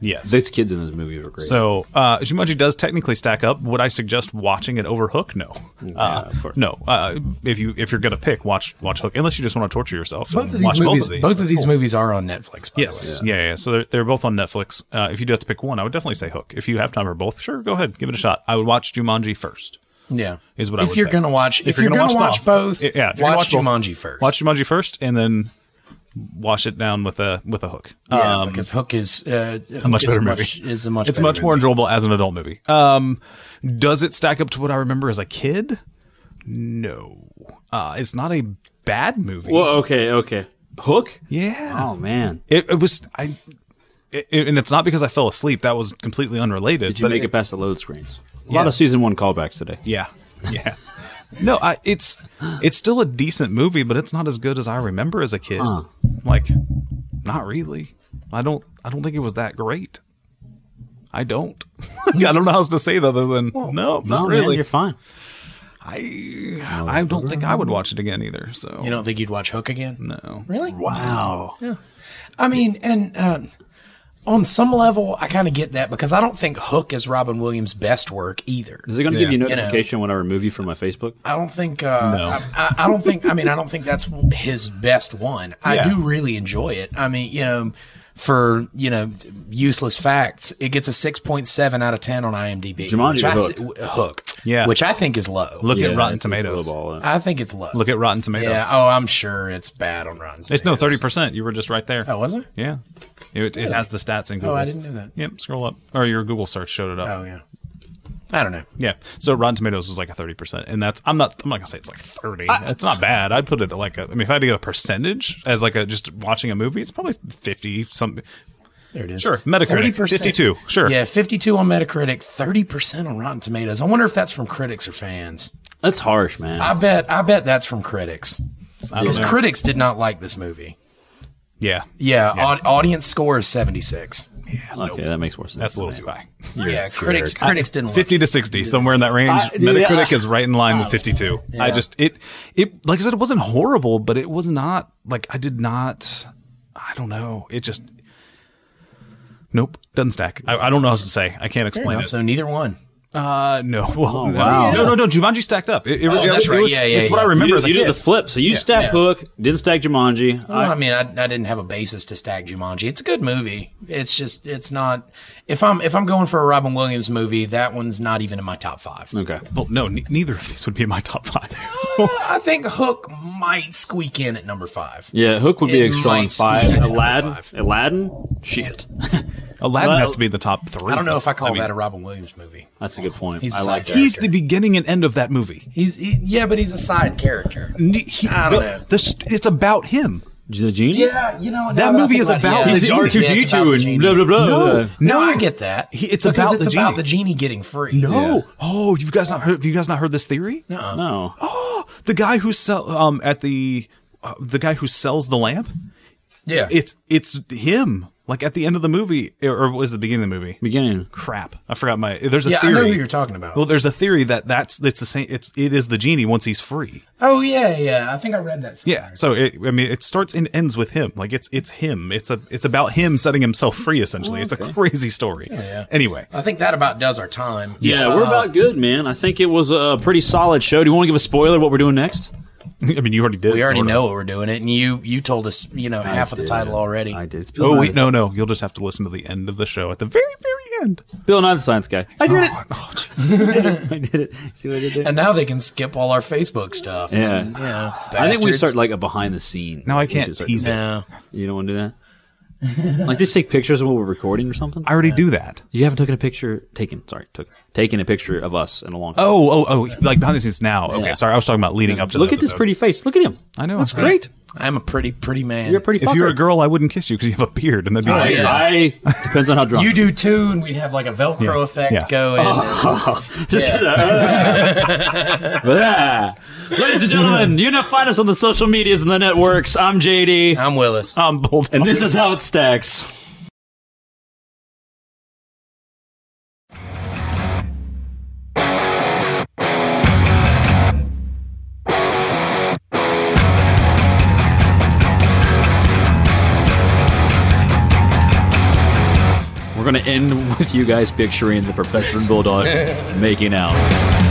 yes. These kids in this movie were great. So uh, Jumanji does technically stack up. Would I suggest watching it over Hook? No, uh, no. Uh, if you if you're gonna pick, watch watch Hook. Unless you just want to torture yourself. Both and of these watch movies, both of these. That's cool. movies are on Netflix. By Yes, yeah, yeah. So they're, they're both on Netflix. Uh, if you do have to pick one, I would definitely say Hook. If you have time for both, sure, go ahead, give it a shot. I would watch Jumanji first. the way. yeah, Is what I if would you're say. gonna watch if, you're, gonna, watch both, I- yeah, if you're gonna watch watch both, Jumanji first. Watch Jumanji first, and then wash it down with a with a hook. yeah, Um, because Hook is uh, Hook much is better much- movie. Is a much it's better much more movie. enjoyable as an adult movie. Um, does it stack up to what I remember as a kid? No, uh, it's not a bad movie. Well, okay, okay. Hook? yeah, Oh man, it, it was. I it, it- and it's not because I fell asleep. That was completely unrelated. did you make it, past the load screens? A lot of season one callbacks today. Yeah, yeah. no, I, it's it's still a decent movie, but it's not as good as I remember as a kid. Like, not really. I don't. I don't think it was that great. I don't. I don't know how else to say that other than no, not No, man, really. you're fine. I I don't think I would watch it again either. So You don't think you'd watch Hook again? no. Really? Wow. I mean, and um, on some level, I kind of get that because I don't think Hook is Robin Williams' best work either. Is it going to give Yeah. you notification when I remove you from my Facebook? I don't think. Uh, I, I, I don't think. I mean, I don't think that's his best one. I Yeah. do really enjoy it. I mean, you know, for you know, useless facts, it gets a six point seven out of ten on IMDb. Jumanji which or I Hook? th- w- hook. Yeah. which I think is low. Look at it's- Rotten it's a Tomatoes. lowball, uh, I think it's low. Look at Rotten Tomatoes. yeah. Oh, I'm sure it's bad on Rotten. it's no Tomatoes. thirty percent. You were just right there. Oh, was it? Yeah. It, it has the stats in Google. Oh, I didn't know that. Yep. Scroll up, or your Google search showed it up. Oh, yeah. I don't know. Yeah. So Rotten Tomatoes was like a thirty percent, and that's I'm not I'm not gonna say it's like thirty. it's not bad. I'd put it at like a, I mean, if I had to get a percentage as like a just watching a movie, it's probably fifty something. There it is. Sure, Metacritic 30%. 52. Sure. Yeah, 52 on Metacritic, 30% on Rotten Tomatoes. I wonder if that's from critics or fans. That's harsh, man. I bet I bet that's from critics. Because know. critics did not like this movie. Yeah, Yeah, aud- audience score is 76. okay, that makes more sense. that's a little to too me. high. yeah, critics critics didn't like Fifty to sixty, somewhere in that range. I- dude, Metacritic I- is right in line with fifty-two. I just it it like I said, it wasn't horrible, but it was not like I did not. I don't know. It just nope doesn't stack. I, I don't know what else to say. I can't Fair explain enough, it. So neither one. Uh, no. Well, no, wow. No, no, no. Jumanji stacked up. It, it, it- that's it right. was- Yeah, yeah, It's what yeah. I remember You, as a you kid. did the flip, so you stacked Hook, didn't stack Jumanji. Uh, Well, I mean, I, I didn't have a basis to stack Jumanji. It's a good movie. It's just it's not. If I'm if I'm going for a Robin Williams movie, that one's not even in my top five. okay. well, no, ne- neither of these would be in my top five. So, I think Hook might squeak in at number five. Yeah, Hook would be It a strong might squeak in five. at number Aladdin, five. Aladdin, shit. Aladdin Well, has to be in the top three. I don't know if I call mean, that a Robin Williams movie. That's a good point. He's I a like side that. He's character. the beginning and end of that movie. He's he, yeah, but he's a side character. Ne- he- I don't the- know. the st- it's about him. The genie. Yeah, you know now That I movie think is about it, about yeah, the it's genie. about R2D2 it's about the and genie. blah, blah, blah. No, Uh, Oh, No, I get that. He- it's Because about it's the about genie. the genie getting free. No. Oh, you've guys not heard? Have you guys not heard this theory? No. Um, The guy who sell um at the uh, the guy who sells the lamp. yeah, It's it's him. Like at the end of the movie, or was it the beginning of the movie? Beginning. Crap, I forgot my. There's a Yeah, I theory. know who you're talking about. Well, there's a theory that that's it's the same. It's it is the genie once he's free. oh yeah, yeah. I think I read that. somewhere. Yeah. So it, I mean, it starts and ends with him. Like it's it's him. It's a it's about him setting himself free. Essentially, it's a crazy story. yeah. Anyway, I think that about does our time. Yeah, we're about good, man. I think it was a pretty solid show. Do you want to give a spoiler what we're doing next? I mean, you already did. We already sort of. know what we're doing it, and you you told us you know half of the title already. I did. It's Bill Oh Nye- wait, no, no. You'll just have to listen to the end of the show at the very very end. Oh, Bill Nye the Science Guy. I did Oh, it. I did it. See what I did there? And now they can skip all our Facebook stuff. Yeah. yeah. I think we bastards. start like a behind the scene. No, I We should can't start- tease it. No. You don't want to do that. like just take pictures of what we're recording or something. I already do that. You haven't taken a picture. Taken. Sorry, took taken a picture of us in a long. time. Oh, oh, oh! Like behind the scenes now. Okay, Yeah. sorry. I was talking about leading up to. Look the at this episode. pretty face. Look at him. I know. That's it's great. great. I'm a pretty pretty man. You're a pretty. If you were a fucker. girl, I wouldn't kiss you because you have a beard, and that'd be Oh, weird. yeah. I depends on how drunk. you do too, and we'd have like a Velcro effect Yeah. Oh. going. Just Ah. Ladies and gentlemen, you can find us on the social medias and the networks. I'm JD, I'm Willis. I'm bold. and this is how it stacks. We're going to end with you guys picturing the professor and bulldog making out.